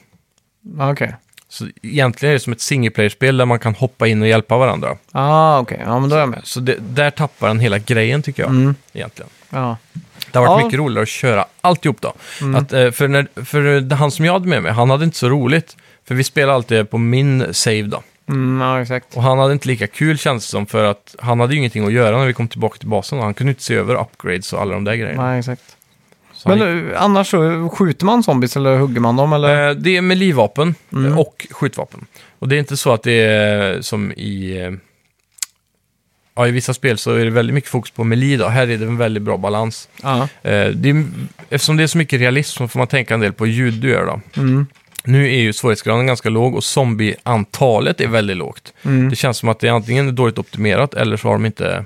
Speaker 1: Okej.
Speaker 2: Så egentligen är det som ett singleplayer-spel där man kan hoppa in och hjälpa varandra.
Speaker 1: Ja, okej. Ja, men då är jag med.
Speaker 2: Så det, där tappar den hela grejen tycker jag. Egentligen.
Speaker 1: Ja.
Speaker 2: Det har varit
Speaker 1: Ja.
Speaker 2: mycket roligare att köra alltihop då. Att, eh, för när, för det, han som jag hade med mig, han hade inte så roligt. För vi spelade alltid på min save då.
Speaker 1: Mm, ja, exakt.
Speaker 2: Och han hade inte lika kul känns det som för att han hade ju ingenting att göra när vi kom tillbaka till basen. Och han kunde inte se över upgrades och alla de där grejerna.
Speaker 1: Nej, exakt.
Speaker 2: Så
Speaker 1: Men
Speaker 2: han,
Speaker 1: eh, annars så, skjuter man zombies eller hugger man dem eller?
Speaker 2: eh, det är med livvapen
Speaker 1: Mm.
Speaker 2: eh, och skjutvapen. Och det är inte så att det är som i... eh, Ja, i vissa spel så är det väldigt mycket fokus på melee då. Här är det en väldigt bra balans.
Speaker 1: Ja.
Speaker 2: Eh, det är, eftersom det är så mycket realism så får man tänka en del på ljud du gör då.
Speaker 1: Mm.
Speaker 2: Nu är ju svårighetsgraden ganska låg och zombieantalet är väldigt lågt.
Speaker 1: Mm.
Speaker 2: Det känns som att det är antingen dåligt optimerat eller så har de inte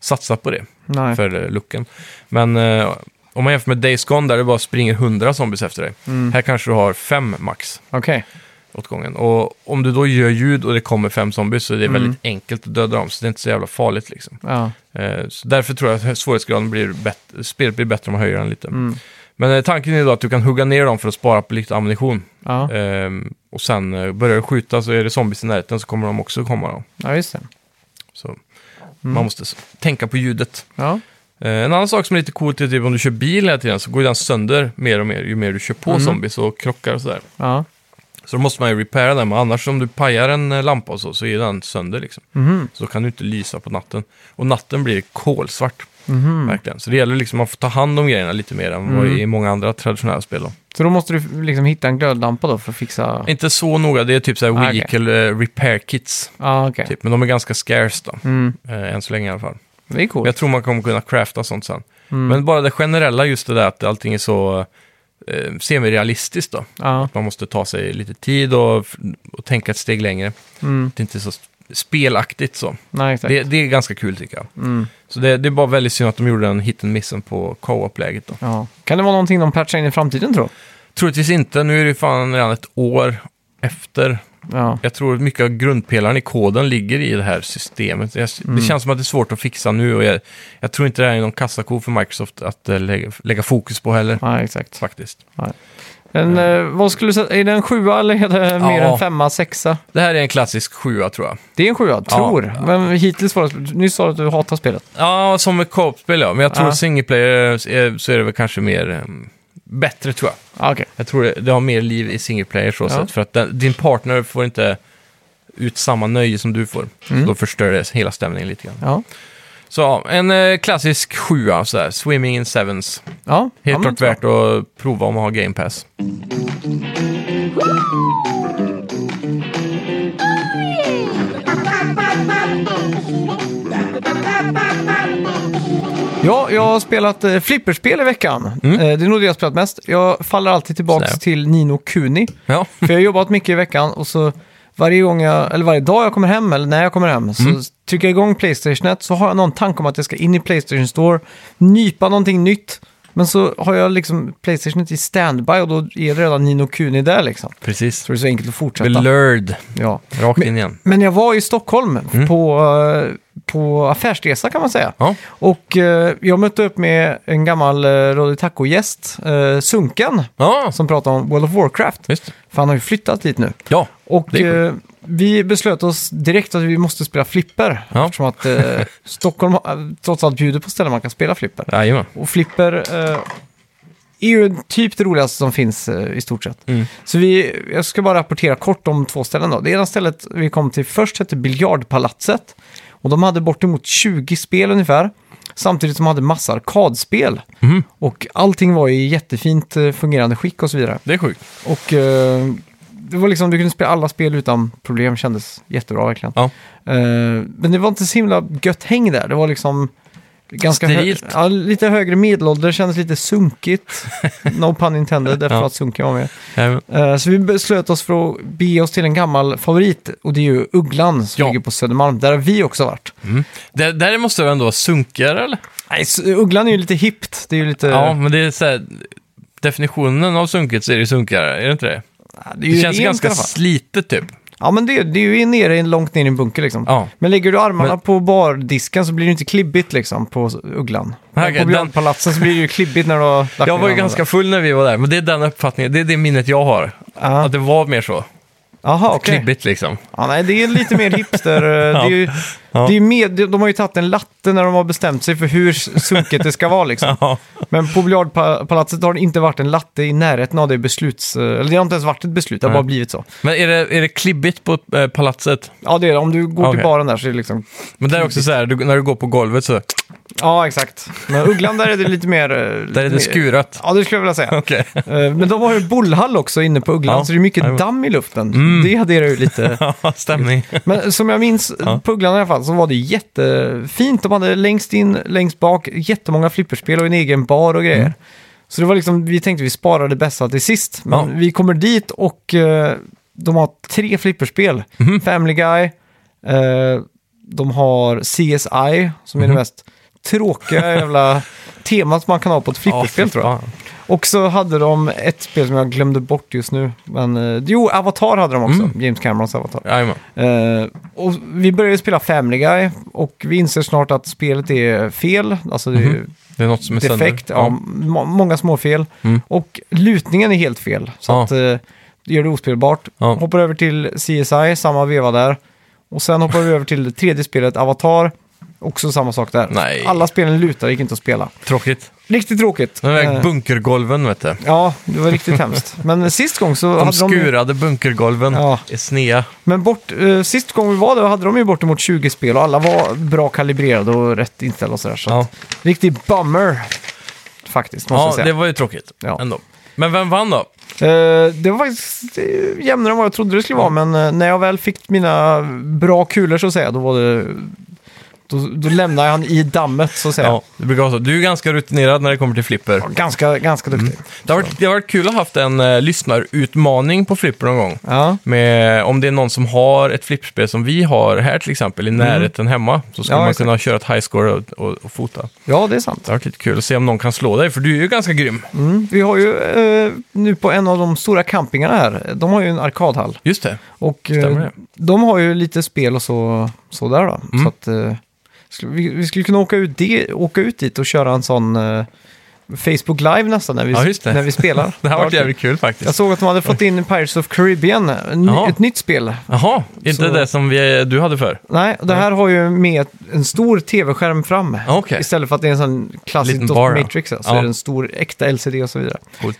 Speaker 2: satsat på det
Speaker 1: Nej.
Speaker 2: för eh, looken. Men eh, om man jämför med Days Gone där det bara springer hundra zombies efter dig.
Speaker 1: Mm.
Speaker 2: Här kanske du har fem max
Speaker 1: Okej.
Speaker 2: åt gången. Och om du då gör ljud och det kommer fem zombies så är det
Speaker 1: Mm.
Speaker 2: väldigt enkelt att döda dem. Så det är inte så jävla farligt liksom.
Speaker 1: Ja.
Speaker 2: Eh, Så därför tror jag att svårighetsgraden blir bättre, spelet blir bättre om man höjer den lite. Men eh, tanken är då att du kan hugga ner dem för att spara på lite ammunition.
Speaker 1: Ja.
Speaker 2: Ehm, och sen eh, börjar du skjuta så är det zombies i närheten så kommer de också komma då.
Speaker 1: ja, just det.
Speaker 2: Så man måste s- tänka på ljudet.
Speaker 1: Ja.
Speaker 2: Eh, en annan sak som är lite coolt är typ om du kör bil hela tiden så går ju den sönder mer och mer ju mer du kör på zombies och krockar och sådär.
Speaker 1: Ja.
Speaker 2: Så då måste man ju repaira den, men annars om du pajar en eh,
Speaker 1: Mhm.
Speaker 2: lampa och så, så är den sönder liksom. Så då kan du inte lysa på natten. Och natten blir kolsvart.
Speaker 1: Mhm.
Speaker 2: Verkligen. Så det gäller liksom att få ta hand om grejerna lite mer än
Speaker 1: Mm.
Speaker 2: vad i många andra traditionella spel. Då.
Speaker 1: Så då måste du liksom hitta en glödlampa då för att fixa... Ja,
Speaker 2: Inte så noga, det är typ så här
Speaker 1: Ah, okej.
Speaker 2: vehicle eh, repair kits.
Speaker 1: ah, okej.
Speaker 2: Typ. Men de är ganska scarce då,
Speaker 1: Mm.
Speaker 2: eh, än så länge i alla fall.
Speaker 1: Det är
Speaker 2: Men
Speaker 1: coolt.
Speaker 2: jag tror man kommer kunna crafta sånt sen.
Speaker 1: Mm.
Speaker 2: Men bara det generella, just det där att allting är så eh, semirealistiskt då.
Speaker 1: Ja.
Speaker 2: Man måste ta sig lite tid och, och tänka ett steg längre.
Speaker 1: Mm.
Speaker 2: Det är inte så spelaktigt så.
Speaker 1: Nej, exakt.
Speaker 2: Det, det är ganska kul tycker jag.
Speaker 1: Mm.
Speaker 2: Så det, det är bara väldigt synd att de gjorde den hit and missen på co-op-läget då.
Speaker 1: Ja. Kan det vara någonting de patchar in i framtiden tror
Speaker 2: Troligtvis inte, nu är det ju fan redan ett år efter.
Speaker 1: Ja.
Speaker 2: Jag tror att mycket av grundpelaren i koden ligger i det här systemet. Jag,
Speaker 1: Mm.
Speaker 2: Det känns som att det är svårt att fixa nu och jag, jag tror inte det här är någon kassako för Microsoft att eh, lägga, lägga fokus på heller.
Speaker 1: Nej, exakt.
Speaker 2: Faktiskt.
Speaker 1: Men, eh, vad skulle du säga, är det en sjua eller är det mer
Speaker 2: Ja.
Speaker 1: en femma, sexa?
Speaker 2: Det här är en klassisk sjua tror jag.
Speaker 1: Det är en sjua, tror.
Speaker 2: Ja.
Speaker 1: Men hittills var det, nyss sa du att du hatar spelet.
Speaker 2: Ja, som ett co-op-spel ja. Men jag tror
Speaker 1: Ja.
Speaker 2: single player eh, så är det väl kanske mer eh, bättre tror jag.
Speaker 1: Ah, okej.
Speaker 2: Jag tror det, det har mer liv i single player så
Speaker 1: Ja.
Speaker 2: sätt. För att den, din partner får inte ut samma nöje som du får.
Speaker 1: Mm.
Speaker 2: Så då förstör det hela stämningen lite grann.
Speaker 1: Ja.
Speaker 2: Så ja, en eh, klassisk sjua, så här, Swimming in Sevens.
Speaker 1: Ja.
Speaker 2: Helt
Speaker 1: ja, men
Speaker 2: klart
Speaker 1: bra.
Speaker 2: värt att prova om man har Game Pass.
Speaker 1: Ja, jag har spelat eh, flipperspel i veckan. Eh, det är nog det jag har spelat mest. Jag faller alltid tillbaka
Speaker 2: Mm. Sådär.
Speaker 1: till Nino Kuni.
Speaker 2: Ja,
Speaker 1: För jag har jobbat mycket i veckan och så varje gång jag, eller varje dag jag kommer hem eller när jag kommer hem så
Speaker 2: Mm.
Speaker 1: trycker jag igång Playstationet så har jag någon tanke om att jag ska in i Playstation Store, nypa någonting nytt. Men så har jag liksom Playstationet i standby och då är det redan Nino Kuni där liksom.
Speaker 2: (laughs) precis.
Speaker 1: Så det är så enkelt att fortsätta.
Speaker 2: Blurred.
Speaker 1: Ja.
Speaker 2: Rakt in igen.
Speaker 1: Men jag var i Stockholm på, eh, på affärsresa kan man säga.
Speaker 2: Mm. Ja,
Speaker 1: Och eh, jag mötte upp med en gammal eh, Radio Taco-gäst, eh, Sunken,
Speaker 2: ja
Speaker 1: som pratade om World of Warcraft.
Speaker 2: just
Speaker 1: För han har ju flyttat dit nu.
Speaker 2: Ja,
Speaker 1: Och
Speaker 2: Det är
Speaker 1: eh, vi beslöt oss direkt att vi måste spela flipper.
Speaker 2: Ja.
Speaker 1: Eftersom att eh, Stockholm har- trots allt bjuder på ställen man kan spela flipper.
Speaker 2: jajamän.
Speaker 1: Och flipper eh, är ju typ det roligaste som finns eh, i stort sett.
Speaker 2: Mm.
Speaker 1: Så vi, jag ska bara rapportera kort om två ställen då. Det ena stället vi kom till först hette Biljardpalatset. Och de hade bortemot 20 spel ungefär. Samtidigt som de hade massa arkadspel.
Speaker 2: Mhm.
Speaker 1: Och allting var i jättefint eh, fungerande skick och så vidare.
Speaker 2: Det är sjukt.
Speaker 1: Och eh, det var liksom, du kunde spela alla spel utan problem, kändes jättebra verkligen.
Speaker 2: Ja.
Speaker 1: Eh, men det var inte så himla gött häng där, det var liksom ganska
Speaker 2: Sterilt.
Speaker 1: ja, lite högre medelålder, kändes lite sunkigt. no pun intended, därför
Speaker 2: (laughs) Ja.
Speaker 1: att sunkiga var med.
Speaker 2: Jajamän.
Speaker 1: Eh, så vi beslöt oss för att bege oss till en gammal favorit och det är ju Ugglan som
Speaker 2: Ja.
Speaker 1: ligger på Södermalm. Där har vi också varit.
Speaker 2: Mm. Det, där måste väl ändå vara sunkigare eller? Eh,
Speaker 1: Nej, s- Ugglan är ju lite hippt, det är ju lite...
Speaker 2: Ja, men det är så här, definitionen av sunkigt så är det ju sunkigare, är det inte det?
Speaker 1: det, är
Speaker 2: Det
Speaker 1: ju
Speaker 2: känns
Speaker 1: rent i
Speaker 2: ganska
Speaker 1: alla fall.
Speaker 2: slitet typ.
Speaker 1: Ja, men det, det är ju nere, långt ner i en bunker liksom.
Speaker 2: Ja.
Speaker 1: Men lägger du armarna
Speaker 2: Men-
Speaker 1: på bardisken så blir det inte klibbigt liksom på Ugglan.
Speaker 2: Nej,
Speaker 1: Men
Speaker 2: okej,
Speaker 1: på Björnpalatsen så blir det ju klibbigt när du har lagt
Speaker 2: Jag
Speaker 1: ner
Speaker 2: var ju
Speaker 1: armarna.
Speaker 2: ganska full när vi var där, men det är den uppfattningen, det är det minnet jag har.
Speaker 1: Ja.
Speaker 2: Att det var mer så,
Speaker 1: Jaha, okej.
Speaker 2: klibbigt liksom.
Speaker 1: Ja, nej, det är lite mer
Speaker 2: (laughs)
Speaker 1: hipster. eh, det är ju,
Speaker 2: Ja.
Speaker 1: det är ju med, de har ju tagit en latte när de har bestämt sig för hur sunket det ska vara liksom.
Speaker 2: (laughs) Ja,
Speaker 1: Men på Biljardpalatset har det inte varit en latte i närheten av det besluts... eh, Eller det har inte ens varit ett beslut, det har
Speaker 2: Nej.
Speaker 1: bara blivit så.
Speaker 2: Men är det, är det klibbigt på eh, palatset?
Speaker 1: Ja, det är det. Om du går till
Speaker 2: Okej.
Speaker 1: baren där så är det liksom...
Speaker 2: Men där är också så här, du, när du går på golvet så,
Speaker 1: Ja, exakt. Men Ugglan där är det lite mer... eh,
Speaker 2: där är
Speaker 1: lite mer-
Speaker 2: det skurat.
Speaker 1: Ja, det skulle jag vilja säga.
Speaker 2: Okej.
Speaker 1: Eh, Men de har ju bollhall också inne på Ugglan,
Speaker 2: Ja, Mm.
Speaker 1: så det är mycket
Speaker 2: jajamän.
Speaker 1: damm i luften. Det adderar ju
Speaker 2: (laughs)
Speaker 1: lite.
Speaker 2: (laughs) Ja, stämning.
Speaker 1: Men som jag minns
Speaker 2: Ja.
Speaker 1: på Ugglan i alla fall så var det jättefint. De hade längst in, längst bak, jättemånga flipperspel och en egen bar och
Speaker 2: Mm.
Speaker 1: grejer. Så det var liksom, vi tänkte vi sparar det bästa till sist. Men
Speaker 2: Ja.
Speaker 1: vi kommer dit och eh, de har tre flipperspel.
Speaker 2: Mhm.
Speaker 1: Family Guy, eh, de har CSI som är
Speaker 2: Mhm.
Speaker 1: det mest tråkiga
Speaker 2: (laughs)
Speaker 1: jävla temat man kan ha på ett flipperspel tror jag.
Speaker 2: Ja, fy fan.
Speaker 1: Och så hade de ett spel som jag glömde bort just nu. Men, eh, jo, Avatar hade de också.
Speaker 2: Mm.
Speaker 1: James Camerons Avatar.
Speaker 2: Jajamän.
Speaker 1: Eh, och vi började spela Family Guy och vi inser snart att spelet är fel. Alltså det är ju
Speaker 2: Det är något Mhm. som är sönder. Mm.
Speaker 1: defekt. Ja, må- många små fel. Och lutningen är helt fel. Så
Speaker 2: Ja.
Speaker 1: att, eh, det gör det ospelbart.
Speaker 2: Ja.
Speaker 1: Hoppar över till CSI, samma veva där. Och sen hoppar vi över till det tredje spelet, Avatar. Också samma sak där.
Speaker 2: Nej.
Speaker 1: Alla spelen lutar, gick inte att spela.
Speaker 2: Tråkigt.
Speaker 1: Riktigt tråkigt.
Speaker 2: De där
Speaker 1: Eh,
Speaker 2: bunkergolven, vet du.
Speaker 1: Ja, det var riktigt hemskt. Men sist gång så
Speaker 2: De
Speaker 1: hade de...
Speaker 2: skurade bunkergolven
Speaker 1: Ja.
Speaker 2: är snea.
Speaker 1: Men bort, eh, sist gång vi var där hade de ju bortemot 20 spel och alla var bra kalibrerade och rätt inställda och sådär. Så
Speaker 2: Ja.
Speaker 1: att, riktig bummer, faktiskt, måste
Speaker 2: Ja,
Speaker 1: jag säga.
Speaker 2: det var ju tråkigt
Speaker 1: Ja.
Speaker 2: ändå. Men vem vann då?
Speaker 1: Eh, det var faktiskt eh, jämnare än vad jag trodde det skulle vara, men eh, när jag väl fick mina bra kulor så att säga, då var det... Då, då lämnade jag han i dammet så att säga.
Speaker 2: Ja, det brukar vara så. Du är ganska rutinerad när det kommer till flipper.
Speaker 1: Ganska, ganska
Speaker 2: Mm.
Speaker 1: duktig.
Speaker 2: Det har, varit, det har varit kul att ha haft en eh, lyssnarutmaning på flipper någon gång.
Speaker 1: Ja.
Speaker 2: Med, om det är någon som har ett flippspel som vi har här till exempel, i närheten hemma, så ska
Speaker 1: Mm. Ja,
Speaker 2: man
Speaker 1: exakt.
Speaker 2: kunna köra ett highscore och, och, och fota.
Speaker 1: ja, det är sant.
Speaker 2: Det har varit lite kul att se om någon kan slå dig, för du är ju ganska grym.
Speaker 1: Mm. Vi har ju eh, nu på en av de stora campingarna här, de har ju en arkadhall.
Speaker 2: Just det.
Speaker 1: Och
Speaker 2: Stämmer
Speaker 1: eh,
Speaker 2: det.
Speaker 1: de har ju lite spel och så, så där då.
Speaker 2: Mm.
Speaker 1: Så att, eh, skulle, vi, vi skulle kunna åka ut, det, åka ut dit och köra en sån eh, Facebook Live nästan när vi,
Speaker 2: Ja, just det.
Speaker 1: När vi spelar.
Speaker 2: (laughs) Det har
Speaker 1: Ja,
Speaker 2: varit jävligt kul faktiskt.
Speaker 1: Jag såg att de hade fått in Pirates of Caribbean, en, ny-
Speaker 2: Jaha.
Speaker 1: ett nytt spel.
Speaker 2: Jaha, inte
Speaker 1: Så-
Speaker 2: det som vi, du hade för?
Speaker 1: Nej, och det här har ju med en stor tv-skärm fram.
Speaker 2: Okej.
Speaker 1: Istället för att det är en sån klassisk
Speaker 2: Liten
Speaker 1: dot
Speaker 2: bar, ja.
Speaker 1: matrix, så
Speaker 2: Ja.
Speaker 1: är det en stor äkta LCD och så vidare.
Speaker 2: Coolt.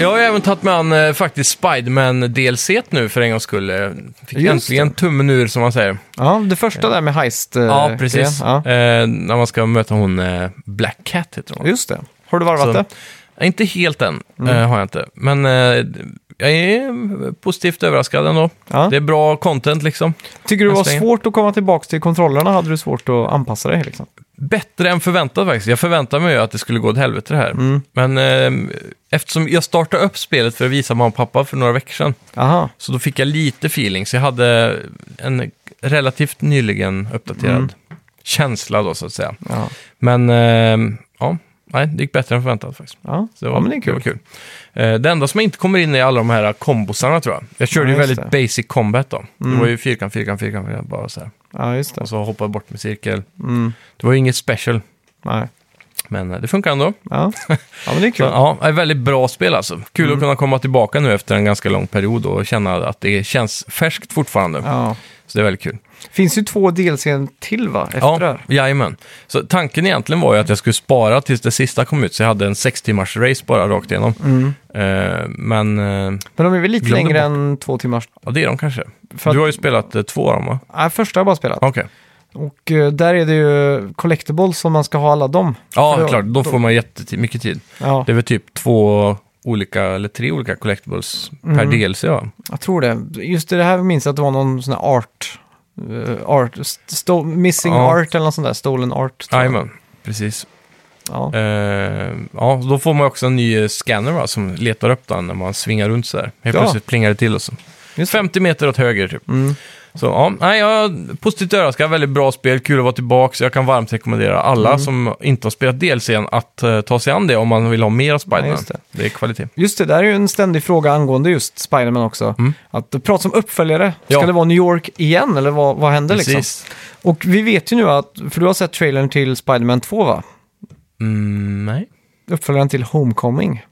Speaker 2: Jag har ju även tagit med an eh, faktiskt Spiderman-DLC nu för en gångs skull. eh, Fick
Speaker 1: Just
Speaker 2: äntligen tummen ur som man säger.
Speaker 1: Ja, det första där med heist. eh,
Speaker 2: ja, precis.
Speaker 1: grejen. Ja.
Speaker 2: Eh, när man ska möta hon eh, Black Cat heter hon.
Speaker 1: Just det. Har du Mm. varvat
Speaker 2: Så-
Speaker 1: det?
Speaker 2: Nej, Inte helt än, eh, har jag inte. Men eh, jag är positivt överraskad ändå.
Speaker 1: Ja.
Speaker 2: Det är bra content liksom.
Speaker 1: Tycker du det
Speaker 2: än
Speaker 1: var
Speaker 2: så länge.
Speaker 1: svårt att komma tillbaka till kontrollerna? Hade du svårt att anpassa dig? Liksom?
Speaker 2: Bättre än förväntat faktiskt. Jag förväntade mig ju att det skulle gå åt helvete det här.
Speaker 1: Mm.
Speaker 2: Men eh, eftersom jag startade upp spelet för att visa mamma och pappa för några veckor sedan,
Speaker 1: Aha.
Speaker 2: så då fick jag lite feeling. Så jag hade en relativt nyligen uppdaterad
Speaker 1: Mm.
Speaker 2: känsla då, så att säga.
Speaker 1: Ja.
Speaker 2: Men eh, ja, nej, det gick bättre än förväntat faktiskt.
Speaker 1: Ja.
Speaker 2: Så det var,
Speaker 1: ja, men det är
Speaker 2: var
Speaker 1: kul.
Speaker 2: kul. Eh, Det enda som inte kommer in är alla de här kombosarna tror jag. Jag körde
Speaker 1: Ja,
Speaker 2: ju
Speaker 1: just Mm.
Speaker 2: väldigt basic combat då. Det var ju fyrkant, fyrkant, fyrkant, fyrkant, bara så här.
Speaker 1: Ja, just det.
Speaker 2: Och så hoppade jag bort med cirkel.
Speaker 1: Mm.
Speaker 2: Det var ju inget special,
Speaker 1: Nej.
Speaker 2: men eh, det funkar ändå.
Speaker 1: Ja. ja, men det är
Speaker 2: (laughs) Så,
Speaker 1: kul. Mm.
Speaker 2: ja, det är väldigt bra spel alltså. Kul att kunna komma tillbaka nu efter en ganska lång period och känna att det känns färskt fortfarande.
Speaker 1: Ja.
Speaker 2: Så det är väldigt kul.
Speaker 1: Finns ju två delsen till va? Efter det
Speaker 2: Ja,
Speaker 1: här.
Speaker 2: jajamän. Så tanken egentligen var ju att jag skulle spara tills det sista kom ut, så jag hade en sex timmars race bara rakt igenom.
Speaker 1: Mm.
Speaker 2: Eh, men eh,
Speaker 1: Men de är väl lite
Speaker 2: Glömde
Speaker 1: längre än två timmars?
Speaker 2: ja, det är de kanske.
Speaker 1: För att-
Speaker 2: Du har ju spelat eh, två av dem va?
Speaker 1: Nej, första har jag bara spelat.
Speaker 2: Okej.
Speaker 1: Och eh, där är det ju collectibles som man ska ha alla dem.
Speaker 2: Ja,
Speaker 1: För då-
Speaker 2: klart. Då får man jättemycket tid.
Speaker 1: Ja,
Speaker 2: Det är väl typ två olika, eller tre olika collectibles per
Speaker 1: Mm.
Speaker 2: DLC va?
Speaker 1: jag tror det. Just det här minns jag att det var någon sån här art. eh, art sto- missing
Speaker 2: Ja.
Speaker 1: art eller något sånt där. Stolen art. tror jag.
Speaker 2: Jajamän, precis.
Speaker 1: Ja.
Speaker 2: Eh, ja, då får man också en ny eh, scanner va, som letar upp den när man svingar runt så här. Helt
Speaker 1: Ja.
Speaker 2: plötsligt plingar det till och så.
Speaker 1: Just det.
Speaker 2: 50 meter åt höger typ.
Speaker 1: Mm.
Speaker 2: Så ja, nej, jag positivt överraskad. Väldigt bra spel, kul att vara tillbaka. Så jag kan varmt rekommendera alla
Speaker 1: Mm.
Speaker 2: som inte har spelat DLCn att eh, ta sig an det om man vill ha mer av Spiderman.
Speaker 1: Ja, just
Speaker 2: det.
Speaker 1: det.
Speaker 2: är kvalitet.
Speaker 1: Just det, där är ju en ständig fråga angående just Spiderman också. Att det pratas om uppföljare. Ska
Speaker 2: Mm. Ja.
Speaker 1: det vara New York igen eller vad, vad händer liksom?
Speaker 2: Precis.
Speaker 1: Och vi vet ju nu att, för du har sett trailern till Spiderman 2 va?
Speaker 2: Mm, nej.
Speaker 1: Uppföljaren till Homecoming.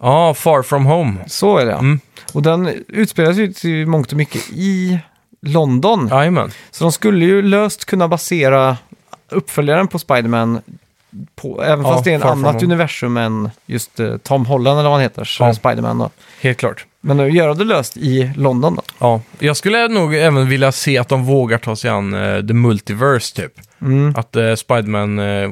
Speaker 2: Ja, Far From Home.
Speaker 1: Så är det ja.
Speaker 2: Mm.
Speaker 1: Och den utspelas ju till mångt och mycket i London.
Speaker 2: Jajamän.
Speaker 1: Så de skulle ju löst kunna basera uppföljaren på Spiderman på, även
Speaker 2: Ja,
Speaker 1: fast det är ett
Speaker 2: Far From
Speaker 1: annat
Speaker 2: Home.
Speaker 1: universum än just eh, Tom Holland eller vad han heter, så
Speaker 2: Ja.
Speaker 1: är Spiderman då.
Speaker 2: Helt klart.
Speaker 1: Men att göra det löst i London då.
Speaker 2: Ja, jag skulle nog även vilja se att de vågar ta sig an eh, The Multiverse typ.
Speaker 1: Mm.
Speaker 2: Att eh, Spiderman, eh,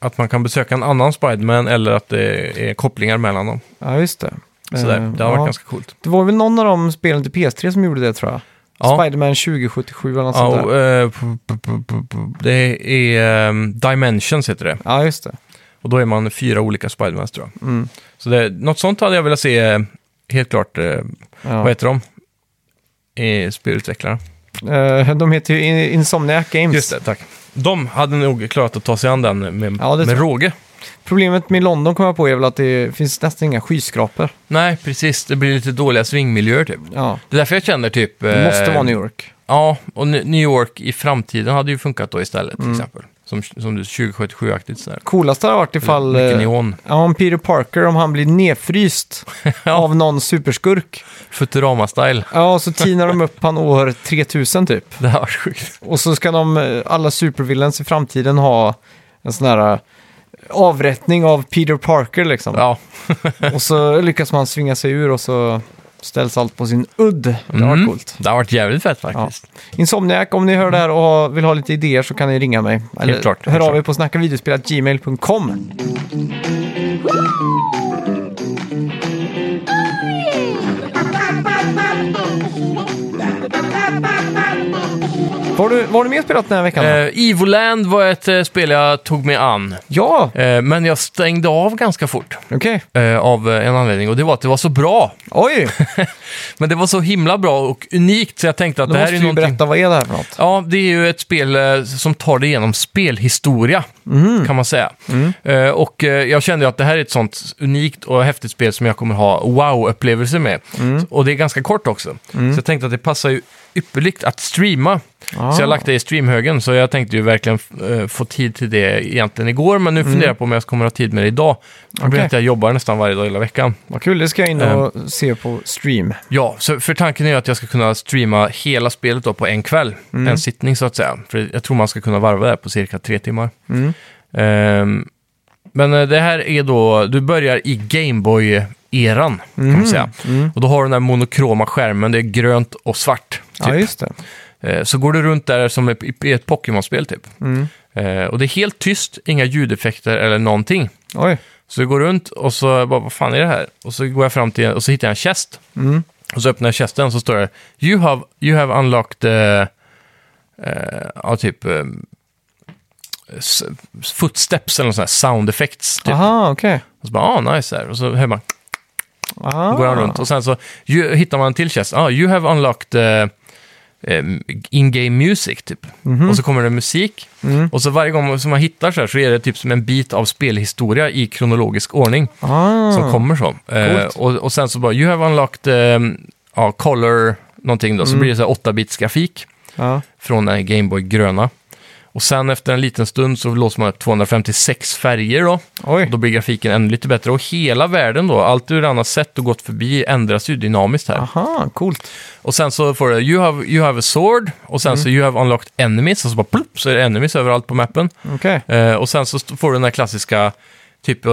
Speaker 2: att man kan besöka en annan Spiderman eller att det är kopplingar mellan dem.
Speaker 1: Ja, just det.
Speaker 2: Sådär.
Speaker 1: Eh,
Speaker 2: det har varit
Speaker 1: ja.
Speaker 2: ganska coolt.
Speaker 1: Det var väl någon av de spelen till PS3 som gjorde det tror jag.
Speaker 2: Ja.
Speaker 1: Spiderman 2077 eller något
Speaker 2: Ja,
Speaker 1: sånt
Speaker 2: och,
Speaker 1: där.
Speaker 2: eh, p- p- p- p- p- det är eh, Dimensions heter det.
Speaker 1: Ja, just det.
Speaker 2: Och då är man fyra olika Spidermans tror jag.
Speaker 1: Mm.
Speaker 2: Så det, något sånt hade jag velat se, eh, helt klart, eh, vad
Speaker 1: Ja.
Speaker 2: heter de? Eh, Spelutvecklarna.
Speaker 1: Eh, de heter ju In- Insomniac Games.
Speaker 2: Just det, tack. De hade nog klarat att ta sig an den med,
Speaker 1: Ja, det tror
Speaker 2: med
Speaker 1: jag.
Speaker 2: råge.
Speaker 1: Problemet med London kom jag på är väl att det finns nästan inga skyskrapor.
Speaker 2: Nej, precis. Det blir lite dåliga svingmiljöer typ.
Speaker 1: Ja.
Speaker 2: Det är därför jag känner typ...
Speaker 1: Det måste
Speaker 2: eh,
Speaker 1: vara New York. Mm.
Speaker 2: Ja, och N- New York i framtiden hade ju funkat då istället till exempel. Som, som du, 2077-aktigt sådär.
Speaker 1: Coolast hade varit ifall
Speaker 2: Mycket
Speaker 1: eh,
Speaker 2: neon.
Speaker 1: ja, om Peter Parker, om han blir
Speaker 2: (laughs)
Speaker 1: nedfryst av någon superskurk.
Speaker 2: Futurama-style.
Speaker 1: Ja, och så tinar de upp han år 3000 typ.
Speaker 2: Det här var sjukt.
Speaker 1: Och så ska de, eh, alla supervillains i framtiden ha en sån här eh, avrättning av Peter Parker liksom.
Speaker 2: Ja,
Speaker 1: Och så lyckas man svinga sig ur och så ställs allt på sin udd. Det var
Speaker 2: Mm.
Speaker 1: coolt.
Speaker 2: det har varit jävligt fett faktiskt.
Speaker 1: Insomniac, om ni hör det här och har- vill ha lite idéer så kan ni ringa mig. Eller
Speaker 2: klart, helt
Speaker 1: hör av
Speaker 2: klart.
Speaker 1: er på snackavideospelatgmail.com. Vad har du, vad har du mer spelat den här veckan? då?
Speaker 2: Eh, Evoland var ett eh, spel jag tog mig an,
Speaker 1: ja,
Speaker 2: eh, men jag stängde av ganska fort
Speaker 1: okej.
Speaker 2: eh, av eh, en anledning och det var att det var så bra.
Speaker 1: Oj,
Speaker 2: Men det var så himla bra och unikt så jag tänkte att
Speaker 1: då
Speaker 2: det här
Speaker 1: måste
Speaker 2: är
Speaker 1: vi
Speaker 2: någonting...
Speaker 1: berätta vad är det här för något.
Speaker 2: Ja, det är ju ett spel eh, som tar det igenom spelhistoria,
Speaker 1: Mm.
Speaker 2: kan man säga. Eh, och eh, jag kände ju att det här är ett sånt unikt och häftigt spel som jag kommer ha wow-upplevelser med.
Speaker 1: Mm.
Speaker 2: Och det är ganska kort också. Så jag tänkte att det passar ju ypperligt att streama.
Speaker 1: Ah.
Speaker 2: Så jag har lagt det i streamhögen, så jag tänkte ju verkligen eh, få tid till det egentligen igår, men nu funderar jag på om jag kommer ha tid med det idag. Jag
Speaker 1: Mm. Okej.
Speaker 2: att jag jobbar nästan varje dag hela veckan.
Speaker 1: Vad kul, det ska jag in och
Speaker 2: Ehm.
Speaker 1: se på stream.
Speaker 2: Ja, så för tanken är ju att jag ska kunna streama hela spelet då på en kväll,
Speaker 1: Mm.
Speaker 2: en sittning så att säga. För jag tror man ska kunna varva det här på cirka tre timmar.
Speaker 1: Mm.
Speaker 2: Ehm, men eh, det här är då, du börjar i Gameboy-eran
Speaker 1: Mm.
Speaker 2: kan man säga. Och då har du den här monokroma skärmen, det är grönt och svart.
Speaker 1: Ja, Mm.
Speaker 2: typ.
Speaker 1: just det.
Speaker 2: Eh, så går du runt där som i i ett Pokémon-spel typ. Eh, och det är helt tyst, inga ljudeffekter eller någonting.
Speaker 1: Oj,
Speaker 2: Så jag går runt och så bara, vad fan är det här? Och så går jag fram till, och så hittar jag en chest. Och så öppnar jag chesten och så står det, you have, you have unlocked, eh, eh, ja typ, eh, s- footsteps eller något sånt här, sound effects. Typ.
Speaker 1: aha, okej.
Speaker 2: Och så bara, ah nice här. Och så hör man,
Speaker 1: Aha.
Speaker 2: går han runt. Och sen så you, hittar man en till chest, ah you have unlocked eh, eh, in-game music typ. Och så kommer det musik. Och så varje gång som man hittar så här så är det typ som en bit av spelhistoria i kronologisk ordning
Speaker 1: Ah.
Speaker 2: som kommer så. Eh, och, och sen så bara, you have unlocked ehm, ja, color någonting då, så blir det så här 8-bits grafik
Speaker 1: Ja.
Speaker 2: från den här Gameboy gröna. Och sen efter en liten stund så låser man upp 256 färger då. Och
Speaker 1: Oj,
Speaker 2: då blir grafiken ännu lite bättre. Och hela världen då, allt du redan har sett och gått förbi ändras ju dynamiskt här.
Speaker 1: aha, coolt.
Speaker 2: Och sen så får du, you have, you have a sword. Och sen så you have unlocked enemies. Och så bara plupp, så är det enemies överallt på mappen.
Speaker 1: Okej.
Speaker 2: Eh, och sen så st- får du den här klassiska, typ eh,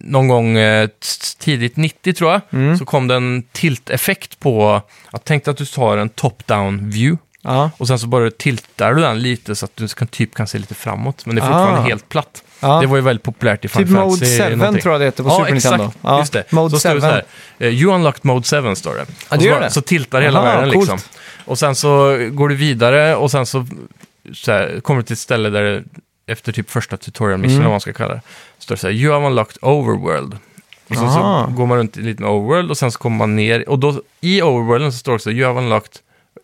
Speaker 2: någon gång eh, t- tidigt 90 tror jag, så kom det en tilt-effekt på, jag tänkte att du tar en top-down view
Speaker 1: Ja,
Speaker 2: och sen så bara tiltar du den lite så att du kan, typ kan se lite framåt, men det är fortfarande
Speaker 1: Ah.
Speaker 2: helt platt.
Speaker 1: Ja.
Speaker 2: Det var ju väldigt populärt i Final
Speaker 1: typ Mode
Speaker 2: Fantasy
Speaker 1: 7
Speaker 2: någonting.
Speaker 1: tror jag det heter på
Speaker 2: ja,
Speaker 1: Super
Speaker 2: exakt.
Speaker 1: Nintendo. Ja,
Speaker 2: Just det.
Speaker 1: Mode
Speaker 2: så står det så
Speaker 1: 7.
Speaker 2: här, eh, you unlocked Mode 7 står det.
Speaker 1: Ja,
Speaker 2: och
Speaker 1: det
Speaker 2: så,
Speaker 1: gör
Speaker 2: bara-
Speaker 1: det.
Speaker 2: så tiltar hela
Speaker 1: Aha,
Speaker 2: världen
Speaker 1: coolt.
Speaker 2: liksom. Och sen så går du vidare och sen så, så här, kommer du till ett ställe där det, efter typ första tutorial mission,
Speaker 1: Mm.
Speaker 2: eller vad man ska kalla det, står det så här, you have unlocked overworld. Och sen
Speaker 1: Aha.
Speaker 2: så går man runt lite med overworld och sen så kommer man ner, och då i overworlden så står det också, you have unlocked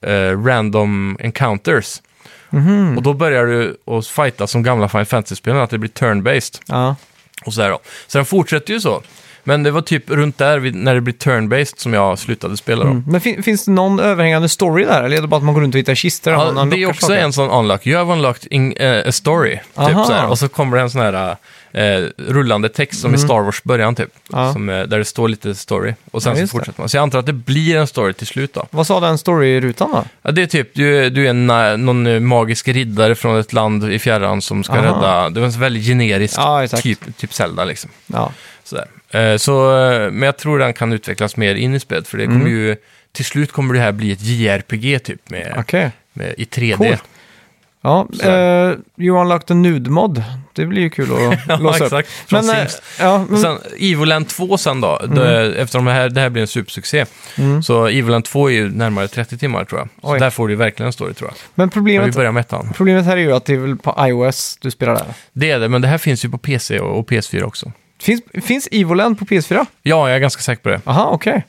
Speaker 2: eh, random encounters.
Speaker 1: Mhm.
Speaker 2: Och då börjar du att fighta som gamla Final Fantasy-spelen, att det blir turn-based.
Speaker 1: Ja.
Speaker 2: Och så, här då. så den fortsätter ju så. Men det var typ runt där vid, när det blir turn-based som jag slutade spela då.
Speaker 1: Mm. Men fin finns det någon överhängande story där? Eller är det bara att man går runt och hittar kistor? och
Speaker 2: Ja,
Speaker 1: man
Speaker 2: det är
Speaker 1: unlockar
Speaker 2: också
Speaker 1: saker?
Speaker 2: en sån unlock. You have unlocked in, eh, a story. Typ,
Speaker 1: Aha. Mm.
Speaker 2: så här. Och så kommer det en sån här eh, rullande text som i Star Wars början typ.
Speaker 1: Ja.
Speaker 2: Som, eh, där det står lite story. Och sen
Speaker 1: Ja,
Speaker 2: så
Speaker 1: just det.
Speaker 2: fortsätter man. Så jag antar att det blir en story till slut då.
Speaker 1: Vad sa den story-rutan då?
Speaker 2: Ja, det är typ, du, du är en, eh, någon eh, magisk riddare från ett land i fjärran som ska
Speaker 1: Aha.
Speaker 2: rädda... Det var en väldigt generisk
Speaker 1: Ja, exakt.
Speaker 2: typ, typ Zelda liksom.
Speaker 1: Ja.
Speaker 2: Sådär. Eh, Så, eh, men jag tror den kan utvecklas mer in i spelet, för det
Speaker 1: Mm.
Speaker 2: kommer ju, till slut kommer det här bli ett JRPG typ med,
Speaker 1: Okej.
Speaker 2: med, i 3D.
Speaker 1: Coolt. Mm. Ja, eh, you unlocked a nude mod. Det blir ju kul att
Speaker 2: (laughs) Ja,
Speaker 1: låsa upp.
Speaker 2: exakt. Från
Speaker 1: eh,
Speaker 2: Sims.
Speaker 1: ja, men,
Speaker 2: Sen Evoland 2 sen då,
Speaker 1: Mm.
Speaker 2: det, eftersom det här, det här blir en supersuccé. Så Evoland 2 är ju närmare 30 timmar tror jag. Så
Speaker 1: Oj.
Speaker 2: där får du ju verkligen en story tror jag.
Speaker 1: men
Speaker 2: Men vi
Speaker 1: problemet,
Speaker 2: börjar med ettan.
Speaker 1: problemet här är ju att det är väl på iOS du spelar där.
Speaker 2: Det är det, men det här finns ju på PC och, och PS4 också.
Speaker 1: Finns, finns Evoland på PS4?
Speaker 2: Ja, jag är ganska säker på det.
Speaker 1: Aha, okej.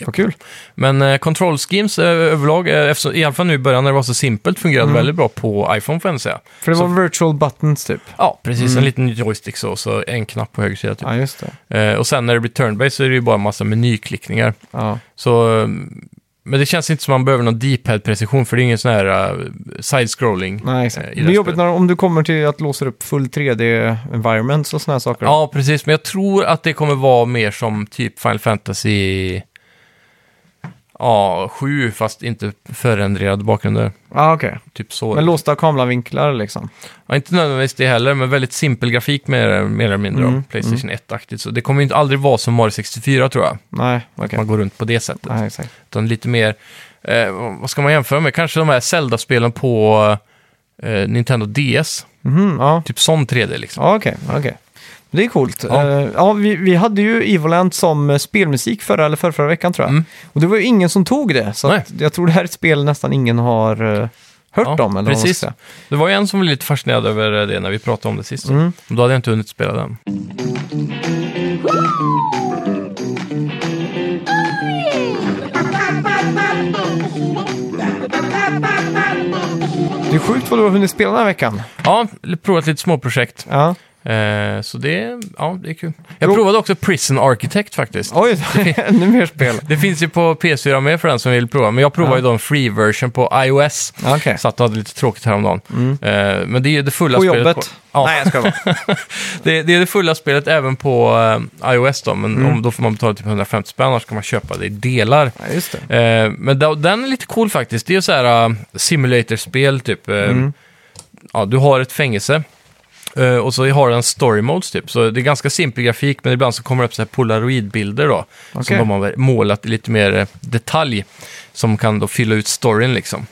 Speaker 1: Vad kul.
Speaker 2: Men eh, control schemes eh, överlag, eh, eftersom, i alla fall nu i början när det var så simpelt, fungerade
Speaker 1: Mm.
Speaker 2: väldigt bra på iPhone får jag ändå säga.
Speaker 1: För det var virtual buttons typ.
Speaker 2: Ja, precis. En liten joystick så, så en knapp på höger sida. Typ.
Speaker 1: Ja, just det.
Speaker 2: Eh, och sen när det blir turn-based så är det ju bara en massa menyklickningar.
Speaker 1: Ja.
Speaker 2: Så eh, Men det känns inte som man behöver någon D-pad-precision för det är ingen sån här eh, side-scrolling.
Speaker 1: Nej,
Speaker 2: eh,
Speaker 1: exakt.
Speaker 2: i
Speaker 1: Det
Speaker 2: det
Speaker 1: är
Speaker 2: här
Speaker 1: jobbigt
Speaker 2: spelet.
Speaker 1: när, om du kommer till att låsa upp full 3D-environments och sådana saker.
Speaker 2: Ja, precis. Men jag tror att det kommer vara mer som typ Final Fantasy ja, 7, fast inte förändrade bakgrunder.
Speaker 1: ah, okej.
Speaker 2: Typ så.
Speaker 1: Men låsta kameravinklar liksom.
Speaker 2: Ja, inte nödvändigtvis det heller, men väldigt simpel grafik mer, mer eller mindre.
Speaker 1: Mm,
Speaker 2: då. Playstation 1-aktigt. Så det kommer ju inte aldrig vara som Mario 64 tror jag.
Speaker 1: Nej, okej.
Speaker 2: Man går runt på det sättet.
Speaker 1: Nej, exakt.
Speaker 2: Utan lite mer, eh, vad ska man jämföra med? Kanske de här Zelda-spelen på eh, Nintendo DS.
Speaker 1: Mhm, ja.
Speaker 2: Typ sån 3D liksom.
Speaker 1: Ja, okej. okej. Det är coolt.
Speaker 2: Ja.
Speaker 1: Ja. ja, vi, vi hade ju Evoland som eh, spelmusik förra eller förra, förra veckan tror jag.
Speaker 2: Mm.
Speaker 1: Och det var ju ingen som tog det, så
Speaker 2: Nej.
Speaker 1: att jag tror det här är ett spel nästan ingen har eh, hört om.
Speaker 2: Ja,
Speaker 1: Eller vad man ska
Speaker 2: precis.
Speaker 1: säga.
Speaker 2: Det var ju en som blev lite fascinerad över eh, det när vi pratade om det sist. så.
Speaker 1: Mm.
Speaker 2: Då hade jag inte hunnit spela den.
Speaker 1: Det är sjukt vad du har hunnit spela den här veckan.
Speaker 2: Ja, l- provat lite småprojekt.
Speaker 1: Ja.
Speaker 2: Eh, så det, ja, det är kul. Jag
Speaker 1: Jo.
Speaker 2: provade också Prison Architect faktiskt.
Speaker 1: Oj, (laughs) ännu mer spel.
Speaker 2: Det finns ju på PS4 med för den som vill prova, men jag provade
Speaker 1: Ja.
Speaker 2: ju då en free-version på iOS.
Speaker 1: Okej. Mm.
Speaker 2: Så att jag hade lite tråkigt häromdagen. Eh, men det är ju det fulla
Speaker 1: På
Speaker 2: spelet.
Speaker 1: jobbet?
Speaker 2: Ja.
Speaker 1: Nej, jag ska vara.
Speaker 2: (laughs) Det, det är det fulla spelet även på eh, iOS då, men om, då får man betala typ 150 spänn, annars kan man köpa det i delar.
Speaker 1: Ja, just det.
Speaker 2: Eh, men då, den är lite cool faktiskt. Det är ju så här eh, simulatorspel typ. Eh, ja, du har ett fängelse eh, och så har den story modes typ. Så det är ganska simpel grafik, men ibland så kommer det upp så här polaroidbilder då.
Speaker 1: Okej.
Speaker 2: Som de har målat i lite mer eh, detalj, som kan då fylla ut storyn liksom.